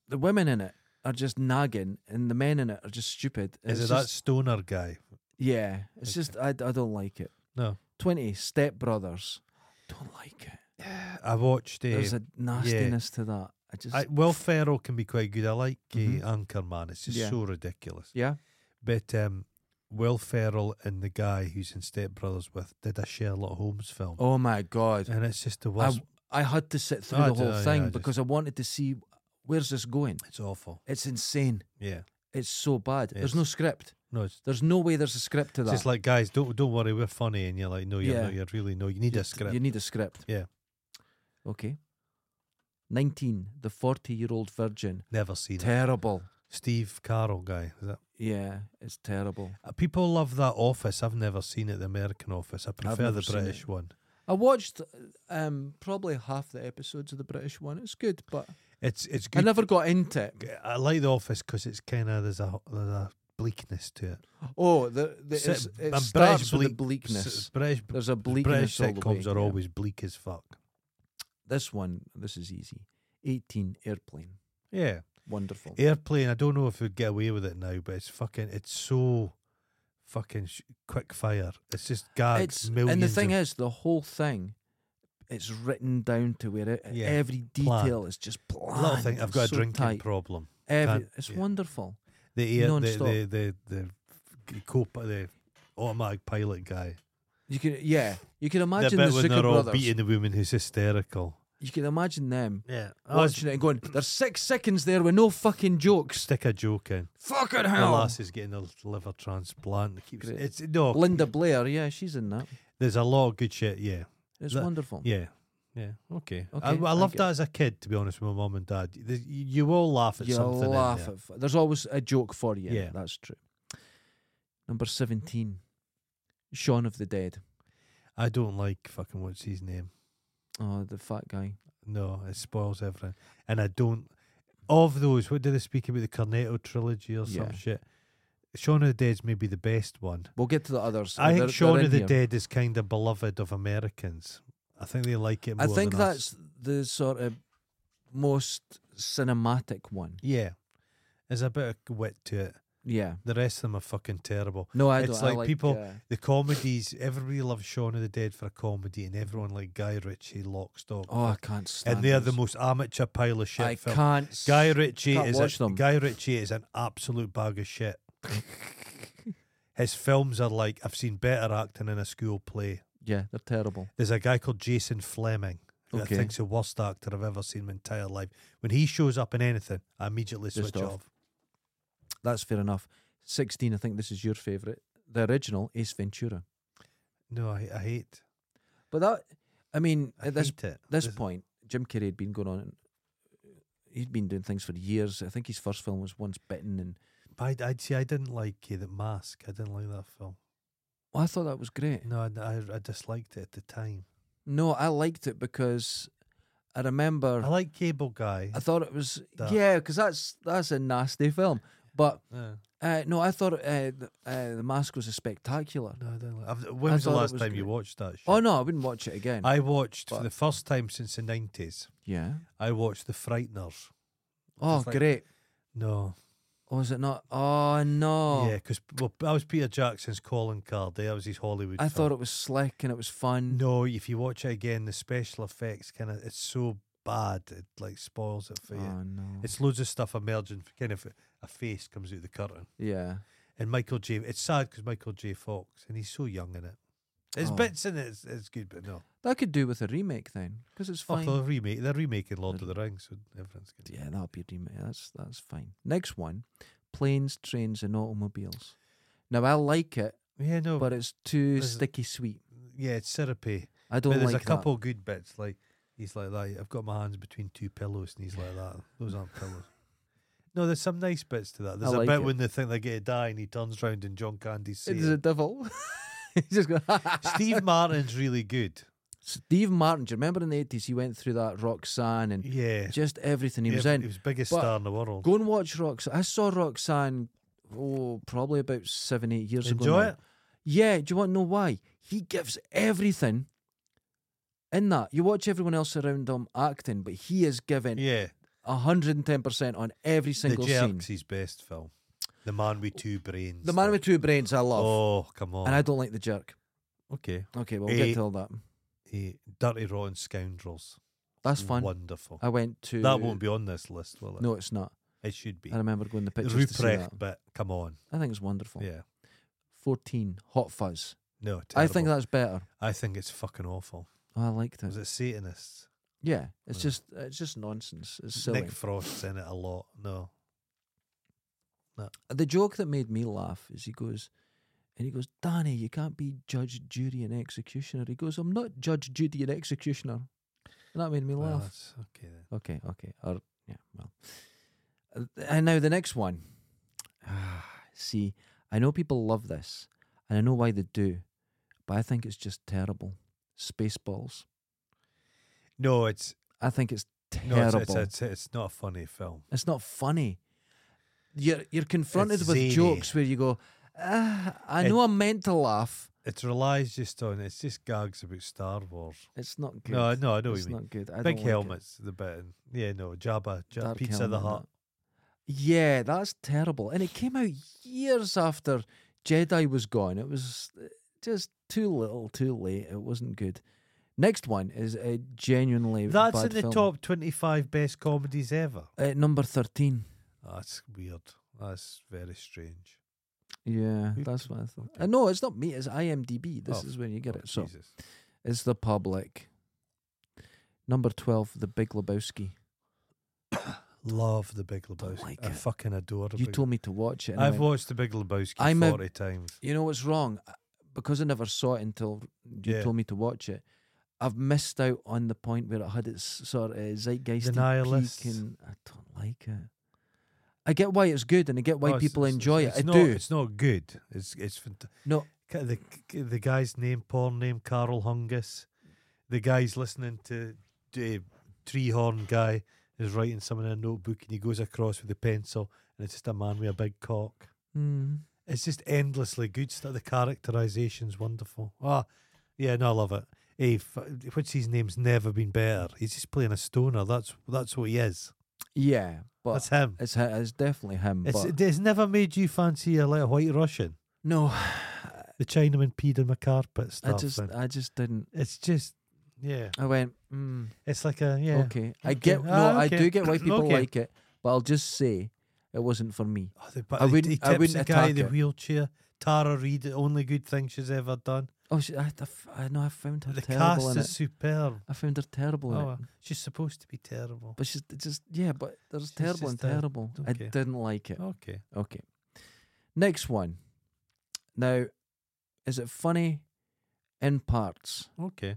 B: the women in it are just nagging, and the men in it are just stupid.
A: Is
B: It's
A: it that
B: just,
A: stoner guy?
B: Yeah, it's just I, I don't like it.
A: No.
B: Twenty Step Brothers. Don't like it.
A: I watched. Uh,
B: There's a nastiness to that. I just
A: I, Will Ferrell can be quite good. I like uh,
B: Mhm.
A: Anchorman. It's just
B: Yeah.
A: so ridiculous.
B: yeah.
A: But um, Will Ferrell and the guy who's in Step Brothers with did a Sherlock Holmes film,
B: Oh my god.
A: and it's just the
B: I
A: worst.
B: I had to sit through
A: I
B: the
A: d-
B: whole
A: I-
B: thing
A: I just-
B: because I wanted to see where's this going.
A: it's awful.
B: It's insane.
A: Yeah.
B: It's so bad. There's
A: Yes.
B: no script.
A: No, it's
B: There's no way there's a script to
A: It's
B: that.
A: just like guys, don't don't worry, we're funny, and you're like, no, you're
B: Yeah.
A: not. You're really no. You need
B: you,
A: a script.
B: You need a script.
A: Yeah.
B: Okay. 19. The 40 year old virgin.
A: Never seen it.
B: Terrible.
A: Steve Carroll guy. Is that?
B: Yeah, it's terrible.
A: Uh, People love that Office. I've never seen it. The American Office. I prefer
B: never
A: the
B: seen it.
A: British one.
B: I watched um, probably half the episodes of the British one. It's good, but
A: It's it's
B: I
A: good.
B: never got into it.
A: I like the Office because it's kind of there's a there's a bleakness to it.
B: Oh, the, the
A: Se-
B: it's, it
A: and
B: starts with the
A: bleak-
B: bleakness.
A: s- British
B: There's a
A: British
B: bleakness. all the way,
A: sitcoms are
B: yeah.
A: always bleak as fuck.
B: This one, this is easy. 18 airplane.
A: Yeah,
B: Wonderful.
A: Airplane. I don't know if we'd get away with it now, but it's fucking. It's so fucking sh- quick fire. It's just gags.
B: it's
A: millions
B: and the thing
A: of
B: is, the whole thing, it's written down to where it,
A: Yeah,
B: every
A: planned.
B: detail is just planned.
A: little thing. I've
B: it's
A: got
B: so
A: a drinking
B: tight.
A: problem.
B: Every,
A: Can't-
B: it's
A: yeah.
B: wonderful.
A: The air, the,
B: Non-stop.
A: the the the co the automatic pilot guy.
B: You can yeah. You
A: (laughs)
B: can imagine
A: the
B: the
A: bit when
B: Zucker
A: they're all
B: brothers.
A: beating the woman who's hysterical.
B: You can imagine them
A: Yeah,
B: watching it and going, "There's six seconds there with no fucking jokes."
A: stick a joke in.
B: Fucking
A: The
B: hell.
A: lass is getting a liver transplant. It keeps
B: Great.
A: it's no.
B: Linda Blair, yeah, she's in that.
A: There's a lot of good shit. Yeah,
B: It's
A: That-
B: wonderful.
A: yeah, yeah. Okay. I,
B: Okay,
A: I
B: I
A: loved
B: get
A: that as a kid. To be honest, with my mum and dad, The- you, you all laugh at
B: you
A: something. in
B: laugh
A: there.
B: at. f- There's always a joke for you.
A: Yeah.
B: that's true. Number seventeen, Shaun of the Dead.
A: I don't like fucking what's his name.
B: Oh, the fat guy.
A: No, it spoils everything. And I don't. Of those, what did they speak about the Cornetto trilogy or
B: Yeah.
A: some shit? Shaun of the Dead's maybe the best one.
B: We'll get to the others.
A: I
B: They're-
A: think Shaun
B: they're
A: of
B: in
A: the
B: here.
A: Dead is kind of beloved of Americans. I think they like it more.
B: I think
A: than us.
B: that's the sort of most cinematic one.
A: yeah. There's a bit of wit to it.
B: Yeah.
A: The rest of them are fucking terrible.
B: No, I
A: It's
B: don't. I
A: like people-
B: uh,
A: The comedies, everybody loves Shaun of the Dead for a comedy, and everyone like Guy Ritchie, Lock, Stock.
B: oh, I can't stand.
A: and they're the
B: those.
A: most amateur pile of shit.
B: I
A: film.
B: can't.
A: Guy Ritchie
B: Can't
A: is
B: watch
A: a,
B: them.
A: Guy Ritchie is an absolute bag of
B: (laughs)
A: shit. His films are like I've seen better acting in a school play.
B: Yeah, they're terrible.
A: There's a guy called Jason Fleming who
B: Okay.
A: I think's the worst actor I've ever seen in my entire life. When he shows up in anything, I immediately
B: Just
A: switch
B: off.
A: off.
B: That's fair enough. Sixteen. I think this is your favorite. The original Ace Ventura.
A: No, I, I hate.
B: But that, I mean,
A: I
B: at this
A: hate it.
B: this
A: There's-
B: point, Jim Carrey had been going on. He'd been doing things for years. I think his first film was Once Bitten, and
A: I I'd say I didn't like eh, the Mask. I didn't like that film.
B: oh, I thought that was great.
A: No, I, I, I disliked it at the time.
B: No, I liked it because I remember
A: I like Cable Guy.
B: I thought it was
A: That.
B: yeah, because that's that's a nasty film. But
A: Yeah.
B: uh, no, I thought uh, the, uh, the Mask was a spectacular.
A: no, I don't. Like, I've- when was the
B: thought it
A: last
B: was
A: time you
B: great.
A: watched that? Shit?
B: Oh no, I wouldn't watch it again.
A: I watched
B: But-
A: for the first time since the nineties.
B: yeah.
A: I watched The Frighteners.
B: Oh
A: Just like-
B: great.
A: No,
B: Oh, is it not? Oh no.
A: Yeah, 'cause well, that was Peter Jackson's calling card. That was his Hollywood.
B: I
A: film.
B: thought it was slick and it was fun.
A: No, if you watch it again, the special effects kind of it's so bad it like spoils it for you.
B: Oh no.
A: It's loads of stuff emerging. Kind of a face comes out the curtain,
B: yeah.
A: and Michael J. It's sad because Michael J. Fox and he's so young in it. There's
B: Oh.
A: bits in it. It's, it's good, but no.
B: That could do with a remake then, because it's
A: Oh,
B: fine.
A: they're remake. They're remaking Lord of the Rings, so everyone's gonna.
B: Yeah, that'll be a remake. That's that's fine. Next one, planes, trains, and automobiles. Now I like it
A: Yeah, no.
B: but it's too
A: There's-
B: sticky sweet.
A: yeah, it's syrupy.
B: I don't
A: But there's
B: like
A: a couple good bits. Like he's like that. I've got my hands between two pillows, and he's like
B: (laughs)
A: that. Those aren't pillows. No, there's some nice bits to that. There's a
B: like
A: bit
B: it.
A: when they think they get to die, and he turns round and John Candy's
B: that. It's a
A: saying,
B: devil. (laughs) He's just going. (laughs)
A: "Steve Martin's really good."
B: Steve Martin. Do you remember in the eighties he went through that Roxanne and
A: Yeah,
B: just everything he
A: yeah,
B: was in?
A: He was biggest
B: But-
A: star in the world.
B: Go and watch Roxanne. I saw Roxanne. Oh, probably about seven, eight years ago.
A: Enjoy
B: now.
A: it.
B: Yeah, do you want to know why? He gives everything in that. You watch everyone else around him acting, but he is giving
A: Yeah,
B: hundred and ten percent on every
A: The
B: single scene.
A: Jerks, his best film. The Man with Two Brains.
B: The Man with Two Brains, I love,
A: Oh, come on.
B: and I don't like the jerk.
A: okay.
B: Okay, well, we'll get
A: Eh,
B: to all that.
A: Eh, Dirty Rotten Scoundrels.
B: That's fun.
A: Wonderful.
B: I went to
A: That won't be on this list, will it?
B: No, it's not.
A: It should be.
B: I remember going to the pictures to see that.
A: Ruprecht, but come on.
B: I think it's wonderful.
A: Yeah.
B: Fourteen, Hot Fuzz.
A: No,
B: I think
A: terrible.
B: that's better.
A: I think it's fucking awful.
B: Oh, I liked it.
A: Was it Satanists?
B: Yeah, it's
A: Yeah.
B: just it's just nonsense. It's silly.
A: Nick Frost's in it a lot. No.
B: the joke that made me laugh is he goes, and he goes, Danny, you can't be judge, jury, and executioner. He goes, I'm not judge, jury, and executioner. And that made me
A: Well,
B: laugh.
A: that's okay then.
B: Okay, okay. Or, yeah, well. Uh, And now the next one. (sighs) See, I know people love this, and I know why they do, but I think it's just terrible. Spaceballs.
A: No, it's
B: I think it's terrible.
A: no, it's,
B: it's,
A: it's, it's, it's not a funny film.
B: not funny. You're you're confronted
A: It's
B: with
A: zany.
B: jokes where you go, ah, I know I'm meant to laugh.
A: It relies just on it's just gags about Star Wars.
B: It's not good.
A: No, no, I know what
B: it's
A: you mean.
B: not good. I
A: Big
B: don't like it.
A: helmets, the bit. in- Yeah, no, Jabba, Jabba
B: Dark
A: Pizza the
B: helmet and
A: Hut.
B: that. Yeah, that's terrible. And it came out years after Jedi was gone. It was uh, just too little, too late. It wasn't good. Next one is a genuinely
A: That's
B: bad
A: in the
B: film.
A: top 25 best comedies ever.
B: at number thirteen.
A: That's weird. That's very strange.
B: Yeah,
A: Who
B: that's
A: did-
B: what I thought.
A: okay.
B: Uh, no, it's not me. It's IMDb. This
A: Oh,
B: is when you get
A: Oh,
B: it. So
A: Jesus.
B: it's the public. Number twelve, The Big Lebowski.
A: Love The Big Lebowski.
B: like
A: I
B: it.
A: fucking adore The
B: You
A: Big
B: told me to watch it. and I
A: I've
B: went,
A: watched The Big Lebowski
B: I'm a-
A: 40 times.
B: You know what's wrong? Uh, Because I never saw it until you
A: Yeah.
B: told me to watch it. I've missed out on the point where it had its sort of zeitgeist
A: Nihilists.
B: peak, and I don't like it. I get why it's good, and I get why
A: Oh, it's-
B: people
A: it's-
B: enjoy
A: it's,
B: it.
A: It's not,
B: I do.
A: It's not good. It's it's fant-
B: No,
A: Ca- the c- the guy's name, porn name, Carl Hungus. The guy's listening to the Treehorn guy is writing something in a notebook, and he goes across with a pencil, and it's just a man with a big cock.
B: mm,
A: It's just endlessly good stuff. The characterization's wonderful. Ah, yeah, no, I love it. Hey, f- what's his name's never been better. He's just playing a stoner. That's that's what he is.
B: yeah, but
A: That's him.
B: it's hi- it's definitely him.
A: It's,
B: but
A: it's never made you fancy a little white Russian. (sighs)
B: no,
A: The Chinaman peed in my carpet stuff.
B: I just uh,
A: and
B: I just didn't.
A: it's just, yeah.
B: I went. Mm,
A: It's like a, yeah.
B: Okay, I
A: okay.
B: get no,
A: Ah,
B: I
A: okay. (clears throat)
B: do get why people
A: Okay.
B: like it, but I'll just say it wasn't for me.
A: Oh, the, but
B: I
A: he-
B: wouldn't-
A: he
B: I
A: tips the
B: wouldn't
A: guy in
B: attack
A: the
B: it.
A: wheelchair. Tara Reid, the only good thing she's ever done.
B: Oh, she, I, I f- I know I found her
A: The
B: terrible
A: cast
B: in
A: is
B: it.
A: superb.
B: I found her terrible in
A: Oh,
B: it.
A: well, she's supposed to be terrible.
B: But she's it's just yeah, but there's
A: She's
B: terrible and
A: just, uh,
B: terrible. I
A: okay. Oh.
B: didn't like it.
A: Okay.
B: Okay. Next one. Now, is it funny in parts?
A: Okay.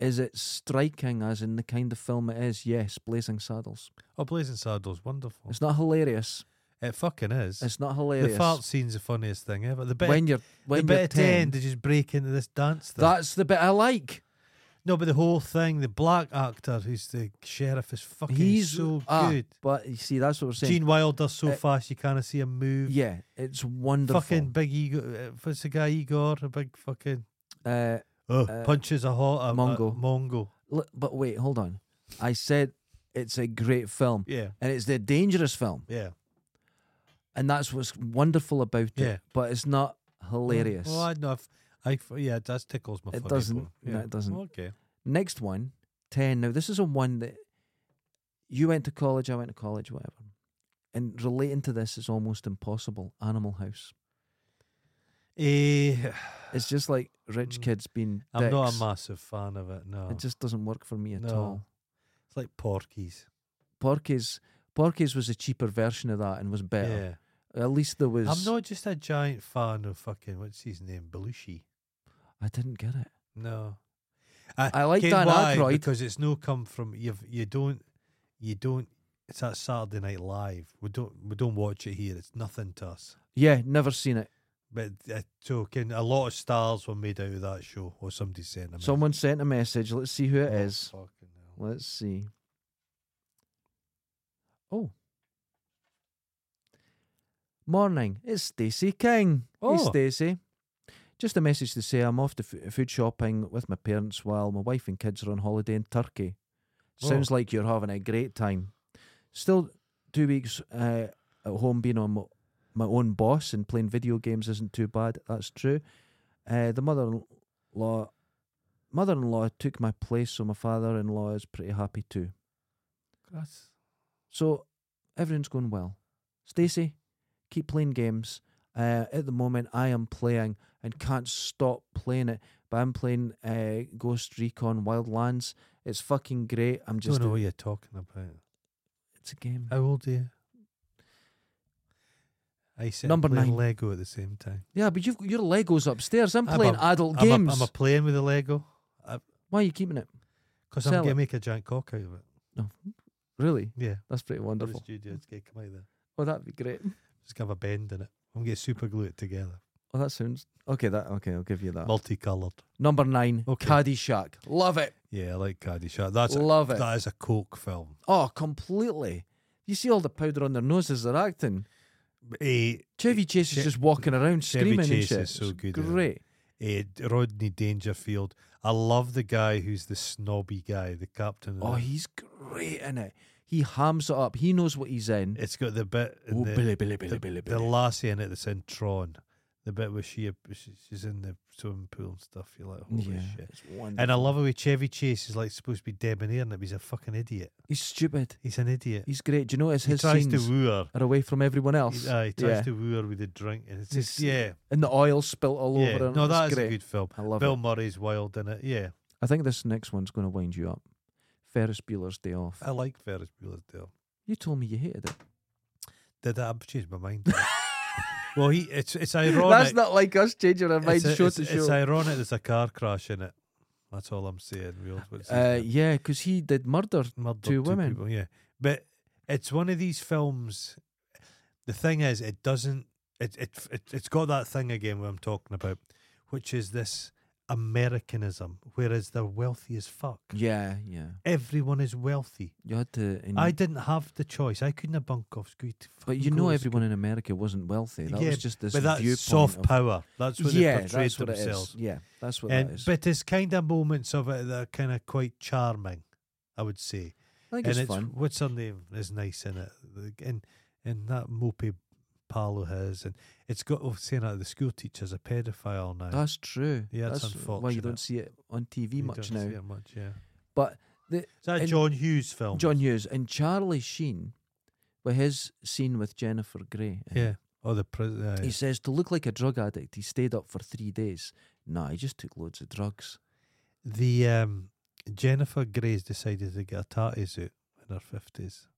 B: Is it striking as in the kind of film it is? Yes, Blazing Saddles.
A: Oh, Blazing Saddles, wonderful.
B: It's not hilarious.
A: It fucking is.
B: It's not
A: the
B: hilarious.
A: fart scene's the funniest thing ever. The bit,
B: when you're when
A: the bit
B: you're
A: at the end,
B: 10,
A: they just break into this dance thing.
B: that's the bit I like.
A: no, but the whole thing, the black actor who's the sheriff is fucking
B: He's
A: so
B: ah,
A: good.
B: But you see, that's what we're saying.
A: Gene Wilder's so
B: Uh,
A: fast you can't see him move.
B: yeah, it's wonderful.
A: Fucking big Igor. uh, What's the guy Igor? A big fucking
B: uh,
A: oh,
B: Uh,
A: punches a hot a,
B: Mongo.
A: a Mongo.
B: L- but wait, hold on. I said it's a great film,
A: Yeah,
B: and it's the dangerous film,
A: yeah.
B: and that's what's wonderful about
A: Yeah.
B: it. But it's not hilarious.
A: Well, I know. If, I yeah, that tickles my.
B: It
A: funny
B: doesn't.
A: bone.
B: No,
A: Yeah.
B: it doesn't.
A: Okay.
B: Next one, ten. Now this is a one that you went to college, I went to college, whatever. And relating to this is almost impossible. Animal House.
A: Eh,
B: It's just like rich
A: Mm.
B: kids being.
A: I'm not a
B: dicks.
A: massive fan of it. No,
B: It just doesn't work for me at
A: No.
B: all.
A: it's like Porky's.
B: Porky's Porky's was a cheaper version of that and was better.
A: Yeah,
B: At least there was.
A: I'm not just a giant fan of fucking what's his name, Belushi.
B: I didn't get it.
A: No,
B: I like
A: Ken,
B: Dan
A: why?
B: Aykroyd.
A: because it's no come from you've you don't you don't. It's that Saturday Night Live. We don't we don't watch it here. It's nothing to us.
B: Yeah, never seen it.
A: But uh, so can a lot of stars were made out of that show, or somebody sent them.
B: Someone sent a message. Let's see who it is.
A: Fucking hell.
B: Let's see. Oh. Morning. It's Stacey King. Hey,
A: Oh.
B: Stacey. Just a message to say I'm off to f- food shopping with my parents while my wife and kids are on holiday in Turkey. Sounds like you're having a great time. Still, two weeks uh, at home being on my, my own boss and playing video games isn't too bad. That's true. Uh, the mother-in-law mother-in-law took my place, so my father-in-law is pretty happy too.
A: That's-
B: So everything's going well. Stacey, keep playing games. Uh, at the moment, I am playing and can't stop playing it. But I'm playing uh, Ghost Recon Wildlands. It's fucking great. I'm
A: don't
B: just
A: know what you're talking about.
B: (laughs) it's a game.
A: How old are you? I said
B: Number
A: play
B: nine.
A: Lego at the same time.
B: Yeah, but you've your Legos upstairs. I'm
A: I'm
B: playing
A: a-
B: adult
A: I'm a-
B: games.
A: I'm a playing with the Lego
B: Why are you keeping it?
A: because I'm
B: Sell
A: gonna
B: it.
A: make a giant cock out of it.
B: Really?
A: Yeah,
B: That's pretty
A: go to the
B: wonderful.
A: studio, it's gonna come out there.
B: Oh, that'd be great.
A: Just gonna have a bend in it. I'm gonna super glue it together,
B: Oh, that sounds okay. That okay. I'll give you that.
A: multicolored.
B: Number nine,
A: Okay.
B: Caddyshack. Love it.
A: Yeah, I like Caddyshack. That's a,
B: Love it.
A: that is a coke film.
B: Oh, completely. You see all the powder on their noses they're acting.
A: Eh,
B: Chevy Chase
A: Che-
B: is just walking around
A: Chevy
B: screaming
A: Chase
B: and shit.
A: is so
B: It's
A: good at it.
B: Great.
A: eh, Rodney Dangerfield. I love the guy who's the snobby guy, the captain. of
B: Oh,
A: the-
B: he's great in it. He hams it up. He knows what he's in.
A: it's got the bit. in
B: Oh,
A: the,
B: Billy, Billy, Billy,
A: the,
B: Billy,
A: the
B: Billy.
A: lassie in it that's in Tron, the bit where she she- she's in the swimming pool and stuff. You're like, holy
B: yeah,
A: shit!
B: it's wonderful.
A: And I love the way Chevy Chase is like supposed to be debonair, and he's a fucking idiot.
B: he's stupid.
A: He's an idiot.
B: He's great. Do you notice
A: He
B: his
A: tries to
B: scenes
A: woo uh, her.
B: are away from everyone else?
A: He, aye, he tries
B: Yeah.
A: to woo her with the drink, and it's
B: He's-
A: just yeah,
B: and the oil spilt all
A: yeah.
B: over him.
A: No,
B: It's
A: that is
B: great.
A: a good film.
B: I love
A: Bill
B: it.
A: Murray's wild in it. Yeah,
B: I think this next one's going to wind you up. Ferris Bueller's Day Off.
A: I like Ferris Bueller's Day Off.
B: you told me you hated it.
A: Did that? I've changed my mind.
B: (laughs)
A: well, he it's it's ironic.
B: That's not like us changing our minds
A: it's,
B: show
A: it's,
B: to
A: it's
B: show.
A: ironic. There's a car crash in it. That's all I'm saying. We all, what's his
B: Uh,
A: name?
B: yeah, because he did murder.
A: murdered
B: Two women.
A: people, yeah, but it's one of these films. The thing is, it doesn't. It it it it's got that thing again what I'm talking about, which is this Americanism. Whereas they're wealthy as fuck.
B: Yeah, yeah.
A: Everyone is wealthy.
B: You had to. And
A: I didn't have the choice. I couldn't have bunk off school. to
B: Mm. but
A: fucking
B: you
A: go
B: know,
A: to
B: everyone in America wasn't wealthy. That
A: Yeah,
B: was just this
A: But that's
B: viewpoint
A: soft
B: of-
A: power. That's what
B: yeah,
A: they portrayed
B: that's what
A: themselves.
B: it is. Yeah, that's what that
A: And
B: is.
A: but there's kind of moments of it that are kind of quite charming, I would say.
B: I think
A: and
B: it's,
A: it's
B: fun.
A: what's her name is nice in it, Like, and and that mopey pal of his, and it's got oh, saying that the school teacher's a pedophile now.
B: That's true.
A: Yeah, it's
B: that's why you don't
A: unfortunate.
B: see it on TV
A: You
B: much
A: don't
B: now.
A: see it much, yeah.
B: But the
A: Is that
B: And-
A: John Hughes film?
B: John Hughes and Charlie Sheen, with his scene with Jennifer Grey, in it,
A: yeah. Oh, the prison. yeah,
B: He says to look like a drug addict, he stayed up for three days. Nah, he just took loads of drugs.
A: The um, Jennifer Grey's decided to get a tatty suit in her fifties.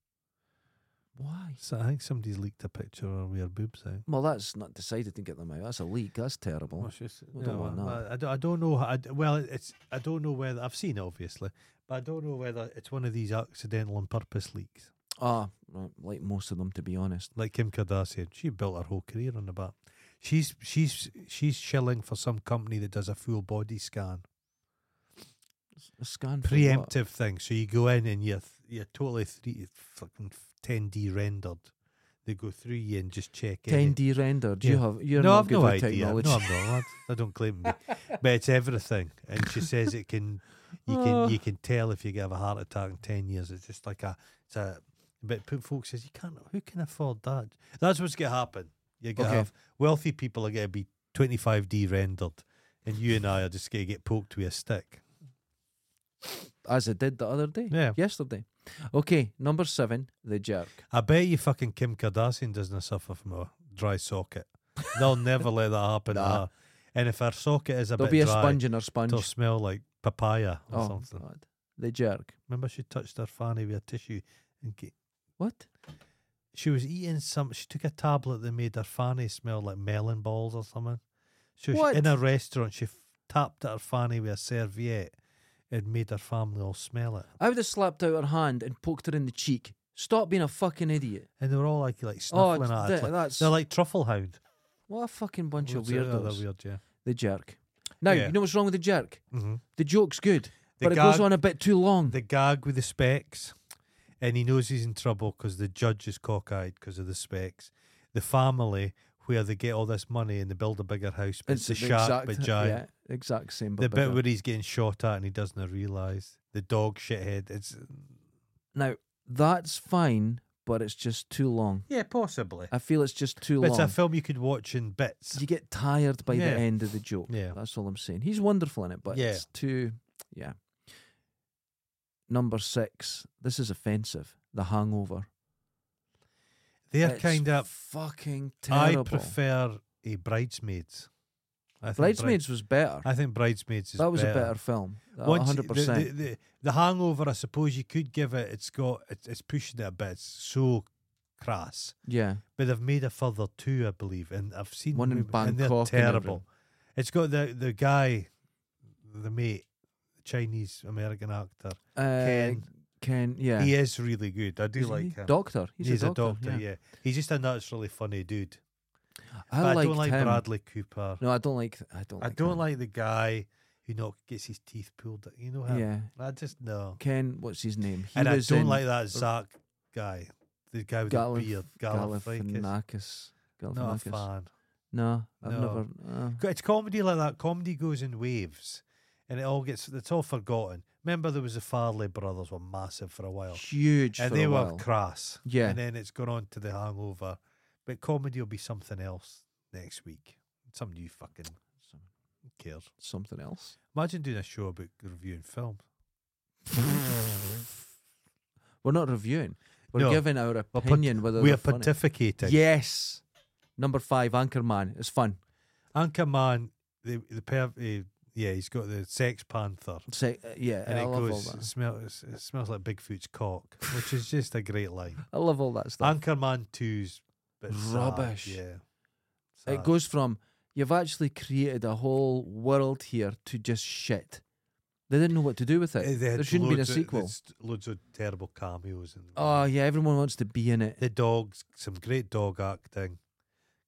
B: Why?
A: So I think somebody's leaked a picture of her with her boobs out.
B: Well, that's not decided to get them out. That's a leak. That's terrible.
A: Well, she's-
B: we don't
A: no,
B: want
A: I-
B: that.
A: I, don't- I don't know. how- I d well, it's I don't know whether I've seen it obviously, but I don't know whether it's one of these accidental and purpose leaks.
B: Ah, right, like most of them, to be honest.
A: Like Kim Kardashian, she built her whole career on the back. She's she's she's shilling for some company that does a full body scan,
B: A scan for what?
A: preemptive thing. So you go in and you're th- you're totally three fucking ten D rendered. They go through you and just check. any-
B: 10D rendered. You
A: Yeah.
B: have. You're
A: no,
B: not
A: I've
B: good
A: no
B: with
A: idea.
B: technology. (laughs)
A: No, I'm not. I, I don't claim to be. but it's everything, and she says it can. You
B: Oh.
A: can you can tell if you have a heart attack in ten years. It's just like a. It's a. But p- folks says you can't. Who can afford that? That's what's going to happen. You're going to
B: Okay.
A: have wealthy people are going to be twenty five D rendered, and you and I are just going to get poked with a stick.
B: As I did the other day.
A: Yeah.
B: Yesterday. Okay, number seven, the jerk.
A: I bet you fucking Kim Kardashian doesn't suffer from a dry socket. They'll never let that happen. to
B: Nah.
A: her. And if her socket is a
B: There'll
A: bit
B: be a
A: dry,
B: sponge in her sponge.
A: It'll smell like papaya or
B: oh,
A: something.
B: God. The jerk.
A: Remember, she touched her fanny with a tissue and ge-
B: What?
A: She was eating some. She took a tablet that made her fanny smell like melon balls or something. So she,
B: What?
A: in a restaurant, she f- tapped at her fanny with a serviette. It made her family all smell it,
B: I would have slapped out her hand and poked her in the cheek. Stop being a fucking idiot.
A: and they were all like like
B: Oh,
A: sniffling at
B: th-
A: it. It's like-
B: that's-
A: they're like truffle hound.
B: What a fucking bunch of
A: What's that? Oh,
B: weirdos.
A: They're weird, yeah.
B: The jerk. Now,
A: Yeah.
B: you know what's wrong with the jerk?
A: hmm
B: The joke's good,
A: The
B: but it
A: gag-
B: goes on a bit too long.
A: The gag with the specs, and he knows he's in trouble because the judge is cockeyed because of the specs. The family where they get all this money and they build a bigger house, but it's, a shark but giant.
B: (laughs) Yeah, exact same. But
A: The bit
B: bigger.
A: where he's getting shot at and he doesn't realise the dog shithead. It's
B: now that's fine, but it's just too long.
A: yeah, possibly.
B: I feel it's just too
A: But it's
B: long.
A: a film you could watch in bits.
B: you get tired by
A: Yeah.
B: the end of the joke.
A: Yeah.
B: That's all I'm saying. He's wonderful in it, but
A: Yeah.
B: it's too yeah. Number six. This is offensive. The hangover.
A: They're
B: It's
A: kind of.
B: fucking
A: I
B: terrible.
A: prefer a bridesmaids. I think Brid-
B: Bridesmaids was better.
A: I think bridesmaids is
B: that was
A: better.
B: a better film.
A: Once- the-
B: hundred
A: The,
B: percent.
A: the, the Hangover, I suppose you could give it. It's got it's, it's pushing it a bit. It's so crass,
B: Yeah.
A: but they've made a further two, I believe, and I've seen
B: One in
A: them, and they're
B: Bangkok and
A: terrible.
B: everything.
A: it's got the the guy, the mate, Chinese American actor.
B: Uh,
A: Ken.
B: Ken, yeah.
A: He is really good. I do
B: Isn't
A: like
B: he?
A: him.
B: Doctor. He's, a doctor. yeah.
A: He's just a naturally funny dude.
B: I,
A: but I
B: liked
A: don't like
B: him.
A: Bradley Cooper.
B: No, I don't like. I don't.
A: I
B: Like
A: don't
B: him.
A: like the guy who not gets his teeth pulled. You know him.
B: Yeah.
A: I just no.
B: Ken, what's his name? He
A: and I
B: was
A: don't
B: in
A: like that Zach guy, the guy with
B: Galif-
A: the beard, Galifianakis.
B: Galifianakis.
A: Not a
B: Galifianakis.
A: fan.
B: No, I've
A: No.
B: never. Uh,
A: Co- It's comedy like that. Comedy goes in waves, and it all gets it's all forgotten. Remember, there was the Farley brothers were massive for a while,
B: huge
A: and
B: for
A: they
B: a
A: were
B: while.
A: crass.
B: Yeah.
A: and then it's gone on to the Hangover, but comedy will be something else next week. Some new fucking
B: Some-
A: cares.
B: Something else.
A: Imagine doing a show about reviewing films.
B: We're not reviewing. We're
A: No.
B: giving our
A: We're pat-
B: opinion whether
A: we
B: they're
A: are
B: funny.
A: pontificating.
B: Yes. Number five, Anchorman. It's fun.
A: Anchorman, the the per, eh, yeah, he's got the sex panther,
B: Say, uh, yeah,
A: and
B: I
A: it
B: love
A: goes
B: all
A: it
B: that.
A: smells it smells like Bigfoot's cock, which is just a great line.
B: I love all (laughs) that stuff.
A: Anchorman two's but sad,
B: Rubbish.
A: yeah,
B: It
A: Sad.
B: goes from you've actually created a whole world here to just shit. They didn't know what to do with
A: Eh,
B: it.
A: they had
B: there shouldn't be a
A: loads of-
B: sequel.
A: there's loads of terrible cameos and
B: Oh yeah, everyone wants to be in it.
A: the dogs, some great dog acting.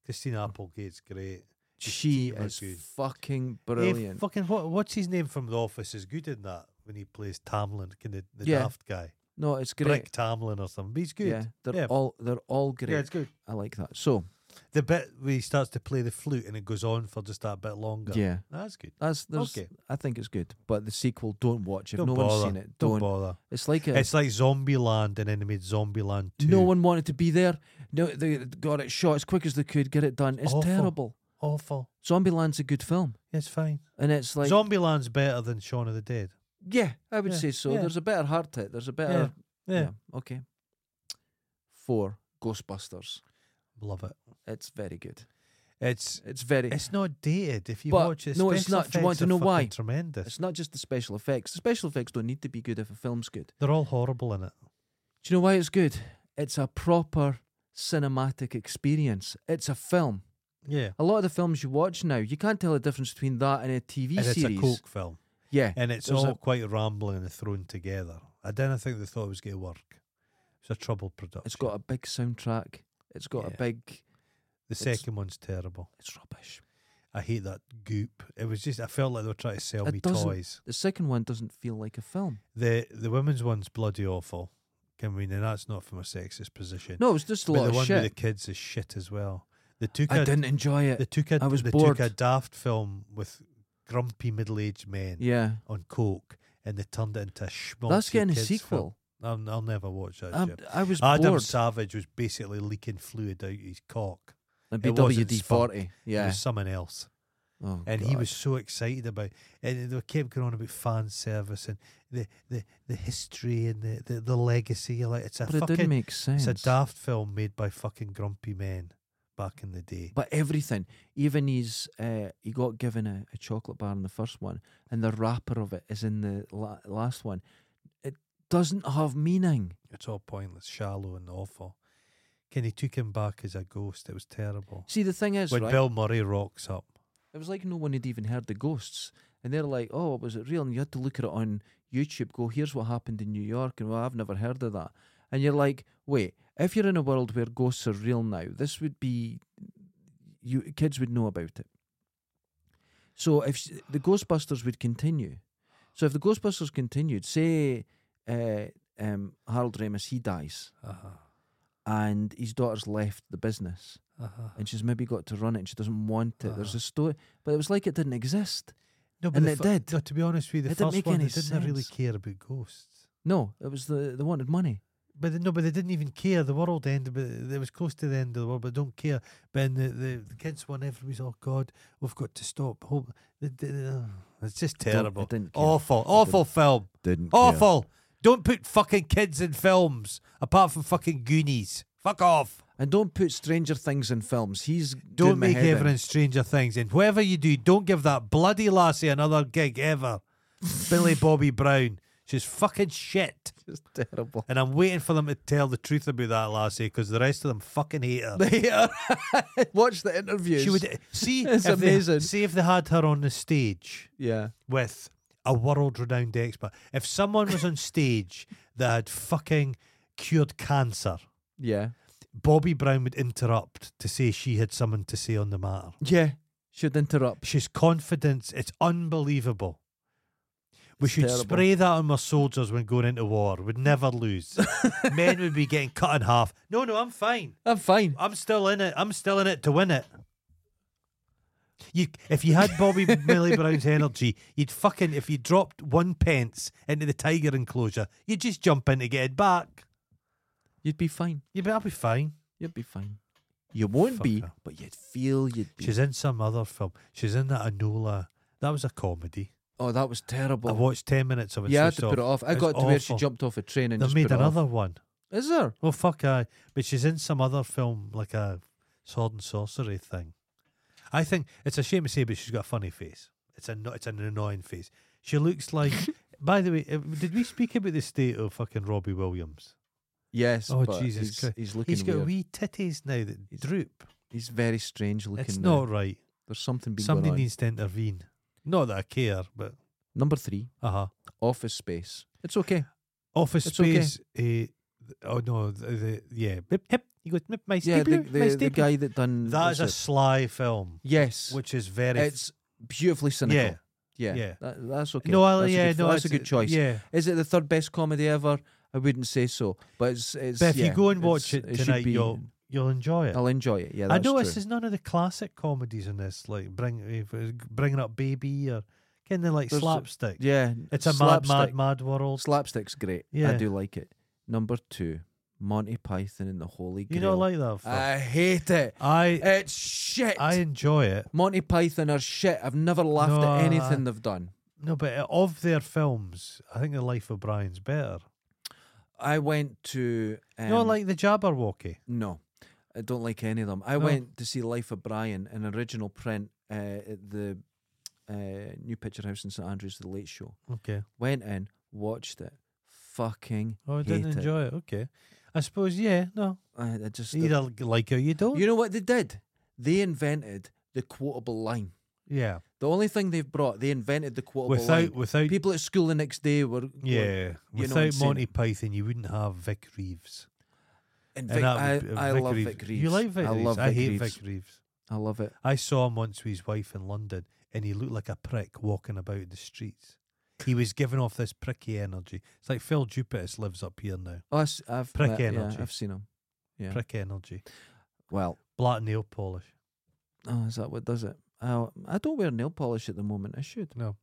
A: Christina Applegate's great. Just
B: She
A: keep it
B: is
A: good.
B: fucking
A: Eh,
B: brilliant.
A: fucking what, what's his name from The Office is good in that when he plays Tamlin, kind of the
B: Yeah.
A: daft guy,
B: no, it's great.
A: Brick Tamlin or something. But he's good.
B: Yeah, they're
A: Yeah.
B: all they're all great.
A: yeah it's good.
B: I like that. So
A: The bit where he starts to play the flute and it goes on for just that bit longer.
B: yeah,
A: That's good.
B: that's there's,
A: Okay.
B: I think it's good. But the sequel, don't watch if
A: Don't
B: no
A: bother.
B: one's seen it.
A: Don't,
B: Don't.
A: bother.
B: it's like a,
A: It's like Zombieland and then they made Zombieland 2.
B: no one wanted to be there. No, they got it shot as quick as they could, get it done. It's
A: Awful.
B: terrible.
A: Awful.
B: Zombieland's a good film,
A: It's fine.
B: and it's like
A: Zombieland's better than Shaun of the Dead.
B: yeah, I would
A: Yeah,
B: say so.
A: yeah.
B: There's a better heart to it. There's a better
A: Yeah.
B: okay. Four Ghostbusters.
A: Love it.
B: It's very good.
A: It's
B: It's very.
A: it's not dated. If you
B: But-
A: watch it,
B: no, it's
A: special
B: not. Do you want
A: effects
B: to
A: are
B: know
A: fucking
B: why?
A: Tremendous.
B: It's not just the special effects. The special effects don't need to be good if a film's good.
A: They're all horrible in it.
B: Do you know why it's good? It's a proper cinematic experience. It's a film.
A: Yeah.
B: A lot of the films you watch now, you can't tell the difference between that and a TV
A: and
B: series.
A: it's a Coke film.
B: Yeah.
A: And it's
B: There's
A: all
B: a-
A: quite rambling and thrown together. I didn't think they thought it was going to work. It's a troubled production.
B: It's got a big soundtrack. It's got
A: Yeah.
B: a big.
A: the
B: it's-
A: second one's terrible.
B: It's rubbish.
A: I hate that goop. It was just I felt like they were trying to sell
B: It
A: me
B: doesn't-
A: toys.
B: The second one doesn't feel like a film.
A: The the women's one's bloody awful. I mean, and that's not from a sexist position.
B: No, it's just a
A: but
B: lot
A: the
B: of
A: one with
B: shit.
A: the kids is shit as well. They took
B: I
A: a
B: didn't enjoy
A: they
B: it.
A: took a
B: I was
A: they took
B: bored.
A: a daft film with grumpy middle aged men
B: Yeah.
A: on coke and they turned it into a schmaltzy
B: That's getting a
A: kids film.
B: sequel.
A: I'll, I'll never watch that.
B: I'm-
A: shit.
B: I was
A: Adam
B: bored.
A: Savage was basically leaking fluid out his cock.
B: It'd
A: it
B: be
A: wasn't
B: WD forty.
A: It
B: Yeah.
A: was someone else.
B: Oh,
A: and he
B: God.
A: was so excited about and they kept going on about fan service and the the, the history and the, the, the legacy like it's a
B: But it
A: fucking
B: didn't make sense.
A: it's a daft film made by fucking grumpy men back in the day
B: But everything, even his, uh, he got given a, a chocolate bar in the first one, and the wrapper of it is in the la- last one. It doesn't have meaning.
A: it's all pointless shallow and awful Can he took him back as a ghost? It was terrible.
B: See, the thing is,
A: when
B: right,
A: Bill Murray rocks up,
B: it was like no one had even heard the ghosts. And they're like, oh, was it real? And you had to look at it on YouTube, go, here's what happened in New York. And well, I've never heard of that. And you're like, wait, if you're in a world where ghosts are real now, this would be, you kids would know about it. So if s- the Ghostbusters would continue, so if the Ghostbusters continued, say uh, um, Harold Ramis, he dies
A: uh-huh,
B: and his daughter's left the business
A: uh-huh.
B: and she's maybe got to run it and she doesn't want it. There's
A: Uh-huh.
B: a story, but it was like it didn't exist.
A: no, but
B: And
A: the
B: it
A: fir-
B: did.
A: No, to be honest with you, the
B: It didn't
A: first
B: make
A: one
B: any
A: they didn't really
B: sense.
A: care about ghosts.
B: No, it was the they wanted money.
A: But they, no, but they didn't even care. The world ended, but it was close to the end of the world, but don't care. But in the, the, the kids won. Everybody's oh god, we've got to stop. Hope the- the- uh, it's just
B: Don't- it
A: terrible,
B: didn't care.
A: awful, awful film,
B: Didn't
A: awful. Don't put fucking kids in films apart from fucking Goonies. Fuck off.
B: And don't put Stranger Things in films. He's doing
A: Don't
B: my
A: make
B: head
A: (laughs)
B: in.
A: Ever in Stranger Things, and whatever you do, don't give that bloody lassie another gig
B: (laughs)
A: ever. Billy Bobby Brown, she's fucking shit.
B: It's terrible.
A: And I'm waiting for them to tell the truth about that lassie because the rest of them fucking hate her.
B: (laughs) They are. (laughs) Watch the interviews.
A: She would
B: (laughs)
A: see
B: It's
A: if They,
B: amazing.
A: see if they had her on the stage
B: Yeah.
A: with a world-renowned expert. If someone was on stage that had fucking cured cancer,
B: Yeah.
A: Bobby Brown would interrupt to say she had something to say on the matter.
B: Yeah. Should interrupt.
A: She's confidence. It's unbelievable. We
B: It's
A: should
B: terrible.
A: spray that on our soldiers when going into war. We'd never
B: (laughs)
A: lose. Men would be getting cut in half. No, no, I'm fine.
B: I'm fine.
A: I'm still in it. I'm still in it to win it. You, if you had Bobby (laughs) Millie Brown's energy, you'd fucking if you dropped one pence into the tiger enclosure, you'd just jump in to get it back.
B: You'd be fine.
A: You'd be, I'll be fine.
B: You'd be fine. You won't be,
A: Fucker.
B: but you'd feel you'd be.
A: She's in some other film. She's in that Anola. That was a comedy.
B: oh, that was
A: I
B: terrible.
A: watched ten minutes of it.
B: Yeah, I had
A: switched
B: to put it off. I
A: It's
B: got to where she
A: awful.
B: jumped off a train and
A: They
B: just
A: made
B: put it off.
A: another Oh, one.
B: Is there?
A: Well, fuck I. But she's in some other film, like a sword and sorcery thing. I think it's a shame to say, but she's got a funny face. It's a no- it's an annoying face. She looks like. by the way, uh, did we speak about the state of fucking Robbie Williams?
B: Yes.
A: Oh,
B: but
A: Jesus
B: he's,
A: Christ.
B: He's looking
A: He's got
B: weird.
A: wee titties now that
B: He's
A: droop.
B: He's very strange looking.
A: It's
B: now.
A: not right.
B: There's something being
A: Somebody
B: going on.
A: needs to intervene. Not that I care, but
B: Number three,
A: uh huh.
B: office space. It's okay.
A: Office
B: It's okay.
A: Space. Uh, oh no, the, the yeah. Hip, hip. He goes, "Nip, my
B: Yeah, the,
A: stapler, my
B: the, the
A: stapler."
B: guy that done
A: That is a
B: what's it?
A: sly film,
B: yes.
A: which is very
B: It's beautifully cynical.
A: Yeah.
B: yeah,
A: yeah.
B: That, that's okay.
A: No, I,
B: that's
A: yeah,
B: a good,
A: no,
B: that's a
A: it's-
B: good choice.
A: Yeah,
B: Is it the third best comedy ever? I wouldn't say so, but it's. it's
A: But if you
B: yeah,
A: go and watch
B: it's-
A: it
B: should
A: tonight,
B: be-
A: you'll- you'll enjoy it.
B: I'll enjoy it. Yeah,
A: I
B: that's
A: know this
B: true.
A: is none of the classic comedies in this, like bring if it's bringing up baby or kind of like
B: There's a-
A: slapstick.
B: Yeah,
A: it's a mad, mad,
B: slapstick.
A: mad world.
B: Slapstick's great.
A: Yeah.
B: I do like it. Number two, Monty Python and the Holy
A: You
B: Grail.
A: don't like that? film?
B: I hate it.
A: I
B: It's shit.
A: I enjoy it.
B: Monty Python are shit. I've never laughed
A: No,
B: at
A: I-
B: anything they've done.
A: No, but uh, of their films, I think The Life of Brian's better.
B: I went to. Um,
A: you don't like the Jabberwocky?
B: No, I don't like any of them. I
A: No.
B: went to see Life of Brian, an original print uh, at the uh, New Picture House in St Andrews, the Late Show.
A: Okay.
B: Went in, watched it, fucking.
A: Oh, I
B: hate
A: didn't
B: it.
A: enjoy it. Okay. I suppose yeah. No,
B: I, I just.
A: you either like it or you don't.
B: (laughs) you know what they did? They invented the quotable line.
A: yeah.
B: The only thing they've brought, they invented the quotable
A: Without
B: line.
A: without
B: People at school the next day were going,
A: yeah.
B: you know,
A: Without
B: insane.
A: Monty Python, you wouldn't have Vic Reeves.
B: And
A: And
B: Vic, I,
A: that would- uh,
B: I
A: Vic
B: love
A: Reeves.
B: Vic Reeves.
A: You like Vic
B: I
A: Reeves?
B: love
A: I
B: Vic
A: hate
B: Reeves.
A: Vic Reeves.
B: I love it.
A: I saw him once with his wife in London, and he looked like a prick walking about the streets. He was giving off this pricky energy. It's like Phil Dupitis lives up here now.
B: Oh, I s- I've
A: Prick
B: met- yeah,
A: energy.
B: I've seen him. Yeah.
A: Prick energy.
B: Well,
A: Black nail polish.
B: Oh, is that what does it? Oh, I don't wear nail polish at the moment. I should.
A: No,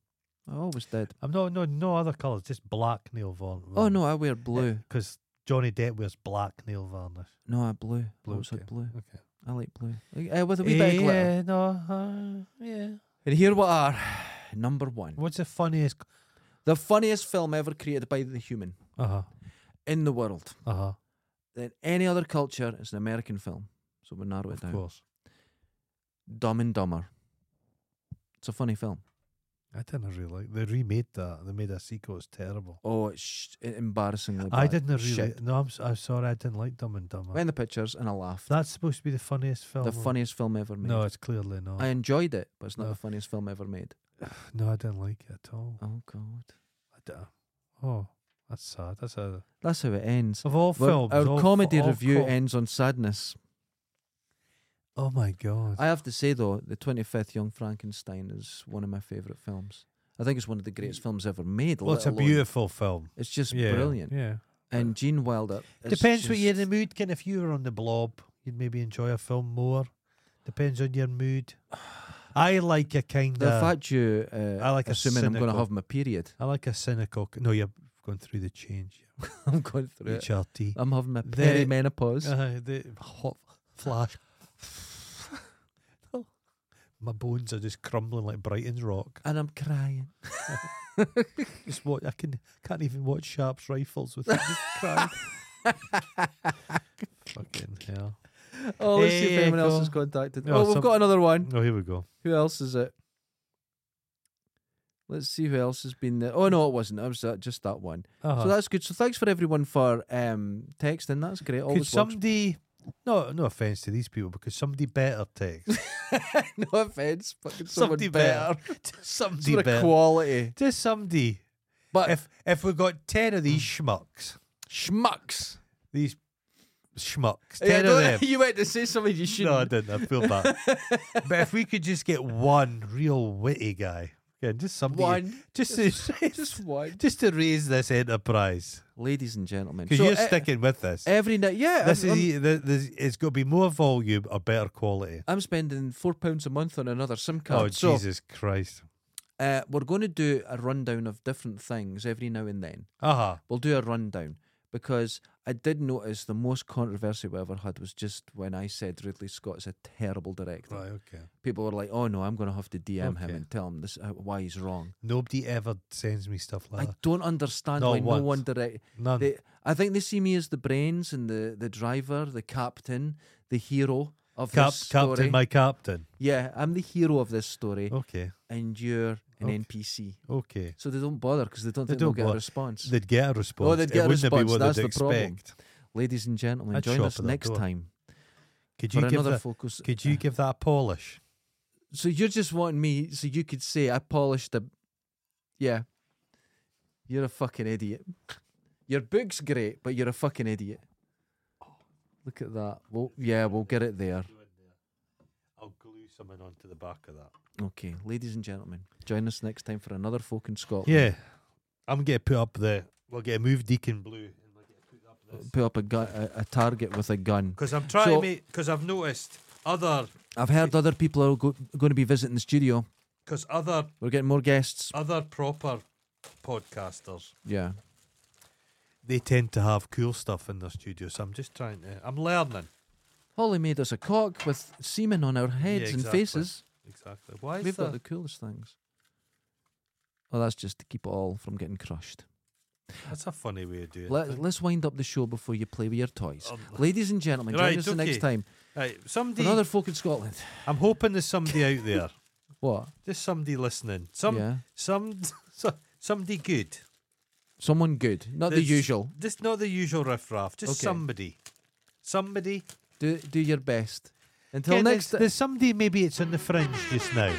B: I always did.
A: I'm not. No, no other colours. Just black nail varnish.
B: Oh no, I wear blue.
A: because Johnny Depp wears black nail varnish.
B: No, I blue.
A: Blue,
B: Blue. I
A: okay.
B: blue.
A: Okay.
B: I like blue. Like, eh, with a wee bit of glitter.
A: yeah, no, uh, yeah.
B: And here what are number one,
A: What's the funniest?
B: the funniest film ever created by the human
A: Uh huh.
B: in the world.
A: Uh huh.
B: Than any other culture, it's an American film. So we narrow it
A: Of
B: down.
A: course.
B: Dumb and Dumber. It's a funny film.
A: I didn't really. They remade that. They made a sequel. It's terrible.
B: Oh, it's sh- embarrassingly.
A: I
B: bad.
A: didn't really.
B: Shit.
A: No, I'm, s- I'm sorry. I didn't like Dumb and Dumber.
B: Went in the pictures and I laughed.
A: That's supposed to be the funniest film.
B: the funniest film ever made.
A: No, it's clearly not.
B: I enjoyed it, but it's not
A: No.
B: the funniest film ever made.
A: no, I didn't like it at all.
B: Oh God,
A: I d- oh, that's sad. That's a
B: that's how it ends.
A: of all
B: Well,
A: films.
B: our
A: all-
B: comedy
A: all
B: review
A: co-
B: ends on sadness.
A: oh my god.
B: I have to say though, the twenty fifth Young Frankenstein is one of my favourite films. I think it's one of the greatest films ever made.
A: well,
B: let
A: it's a
B: alone-
A: beautiful film.
B: It's just
A: yeah,
B: brilliant.
A: Yeah.
B: And Gene Wilder. is
A: Depends what you're in the
B: just-
A: mood. Can if you were on the blob, you'd maybe enjoy a film more. Depends on your
B: (sighs)
A: mood. I like a kind
B: The
A: of.
B: fact you, uh,
A: I like a
B: assuming I'm going to
A: cynical-
B: have my period. (laughs)
A: I like a cynical. No, you're going through the change.
B: I'm going through it.
A: HRT.
B: I'm having my
A: The-
B: perimenopause.
A: Uh, the hot flash. My bones are just crumbling like Brighton's rock.
B: and I'm crying.
A: Just what I can can't even watch Sharp's rifles without
B: (laughs)
A: just crying. Fucking hell!
B: Oh, let's see if
A: Hey,
B: anyone else
A: cool.
B: has contacted.
A: No,
B: oh, we've
A: some-
B: got another one.
A: Oh, here we go.
B: Who else is it? Let's see who else has been there. Oh no, it wasn't. It was uh, just that one.
A: Uh-huh.
B: So that's good. So thanks for everyone for um texting. That's great.
A: could
B: Always works.
A: somebody? No, no offense to these people, because somebody better text.
B: (laughs) no offense, fucking (laughs) someone
A: somebody better. Just (laughs) somebody
B: Sort of
A: better.
B: quality.
A: Just somebody.
B: But
A: If if we got ten of
B: (clears throat)
A: these schmucks,
B: schmucks.
A: these schmucks,
B: Yeah,
A: ten of
B: don't-
A: them.
B: You went to say something (laughs) you shouldn't.
A: No, I didn't. I feel bad.
B: (laughs)
A: but if we could just get one real witty guy, yeah, just somebody,
B: one.
A: just to,
B: (laughs)
A: (laughs)
B: Just
A: just
B: one.
A: just to raise this enterprise
B: Ladies and gentlemen.
A: because
B: so
A: you're
B: e-
A: sticking with this.
B: every night. Yeah.
A: this
B: I'm,
A: is e- th- this, it's got to be more volume or better quality.
B: I'm, I'm spending four pounds a month on another SIM card.
A: Oh
B: Ah, so
A: Jesus Christ!
B: uh, we're going to do a rundown of different things every now and then.
A: Aha. uh
B: We'll do a rundown because I did notice the most controversy we ever had was just when I said Ridley Scott's a terrible director.
A: Right. Okay.
B: People were like, "Oh no, I'm going to have to DM him
A: Okay.
B: and tell him this uh, why he's wrong."
A: Nobody ever sends me stuff like
B: I
A: that.
B: don't understand
A: Not
B: why
A: once.
B: no one direct.
A: None.
B: They, I think they see me as the brains and the the driver, the captain, the hero of
A: Cap,
B: this story.
A: captain, my captain.
B: yeah, I'm the hero of this story,
A: Okay.
B: and you're an
A: Okay.
B: NPC.
A: Okay.
B: So they don't bother because they don't
A: They
B: think they'll
A: don't
B: get a
A: bother.
B: response.
A: They'd get a response.
B: Oh, they'd
A: It
B: get a
A: wouldn't be
B: response,
A: what
B: that's
A: they'd
B: the problem.
A: expect.
B: Ladies and gentlemen,
A: I'd
B: join
A: shop
B: us
A: at that
B: next
A: door.
B: time
A: Could
B: for
A: you give
B: another
A: that?
B: focus.
A: Could you give that a polish?
B: So you're just wanting me so you could say I polished a. Yeah. You're a fucking idiot. Your book's great, but you're a fucking idiot. Look at that. Well, yeah, we'll get it there.
A: I'll glue something onto the back of that.
B: Okay, ladies and gentlemen, join us next time for another folk in Scotland.
A: Yeah, I'm gonna put up the. We'll get a move Deacon Blue.
B: Put up a gun, a, a target with a gun.
A: Because I'm trying
B: So-
A: to make. Because I've noticed other.
B: I've heard other people are go- going to be visiting the studio.
A: Because other
B: We're getting more guests.
A: other proper podcasters,
B: Yeah.
A: they tend to have cool stuff in their studio. So I'm just trying to. I'm learning.
B: Holly made us a cock with semen on our heads
A: exactly.
B: and faces.
A: Exactly. Why
B: We've
A: is
B: got
A: that?
B: the coolest things. Oh, that's just to keep it all from getting crushed.
A: That's a funny way of doing
B: Let,
A: it.
B: let's wind up the show before you play with your toys.
A: Um,
B: Ladies and gentlemen, join
A: Right,
B: us the next
A: okay.
B: time.
A: Right,
B: for
A: somebody.
B: Another folk in Scotland.
A: I'm hoping there's somebody out there.
B: What?
A: Just somebody listening. Some
B: yeah.
A: some (laughs) so, somebody good.
B: Someone good, not the
A: There's-
B: usual.
A: Just not the usual riffraff. Just
B: Okay.
A: somebody. Somebody.
B: Do do your best. Until
A: Yeah,
B: next.
A: There's,
B: time.
A: there's somebody maybe it's on the fringe just now.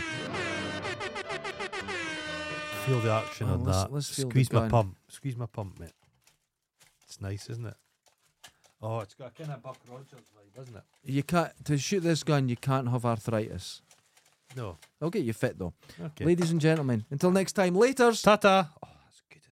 A: Feel the action
B: Oh,
A: on
B: let's-
A: that.
B: let's feel the
A: Squeeze my
B: gun.
A: pump. Squeeze my pump, mate. It's nice, isn't it? Oh, it's got a kind of Buck Rogers vibe, isn't it?
B: you can't to shoot this gun. You can't have arthritis.
A: No.
B: I'll get you fit though.
A: Okay.
B: Ladies and gentlemen, until next time. Later.
A: Tata. Oh, that's good.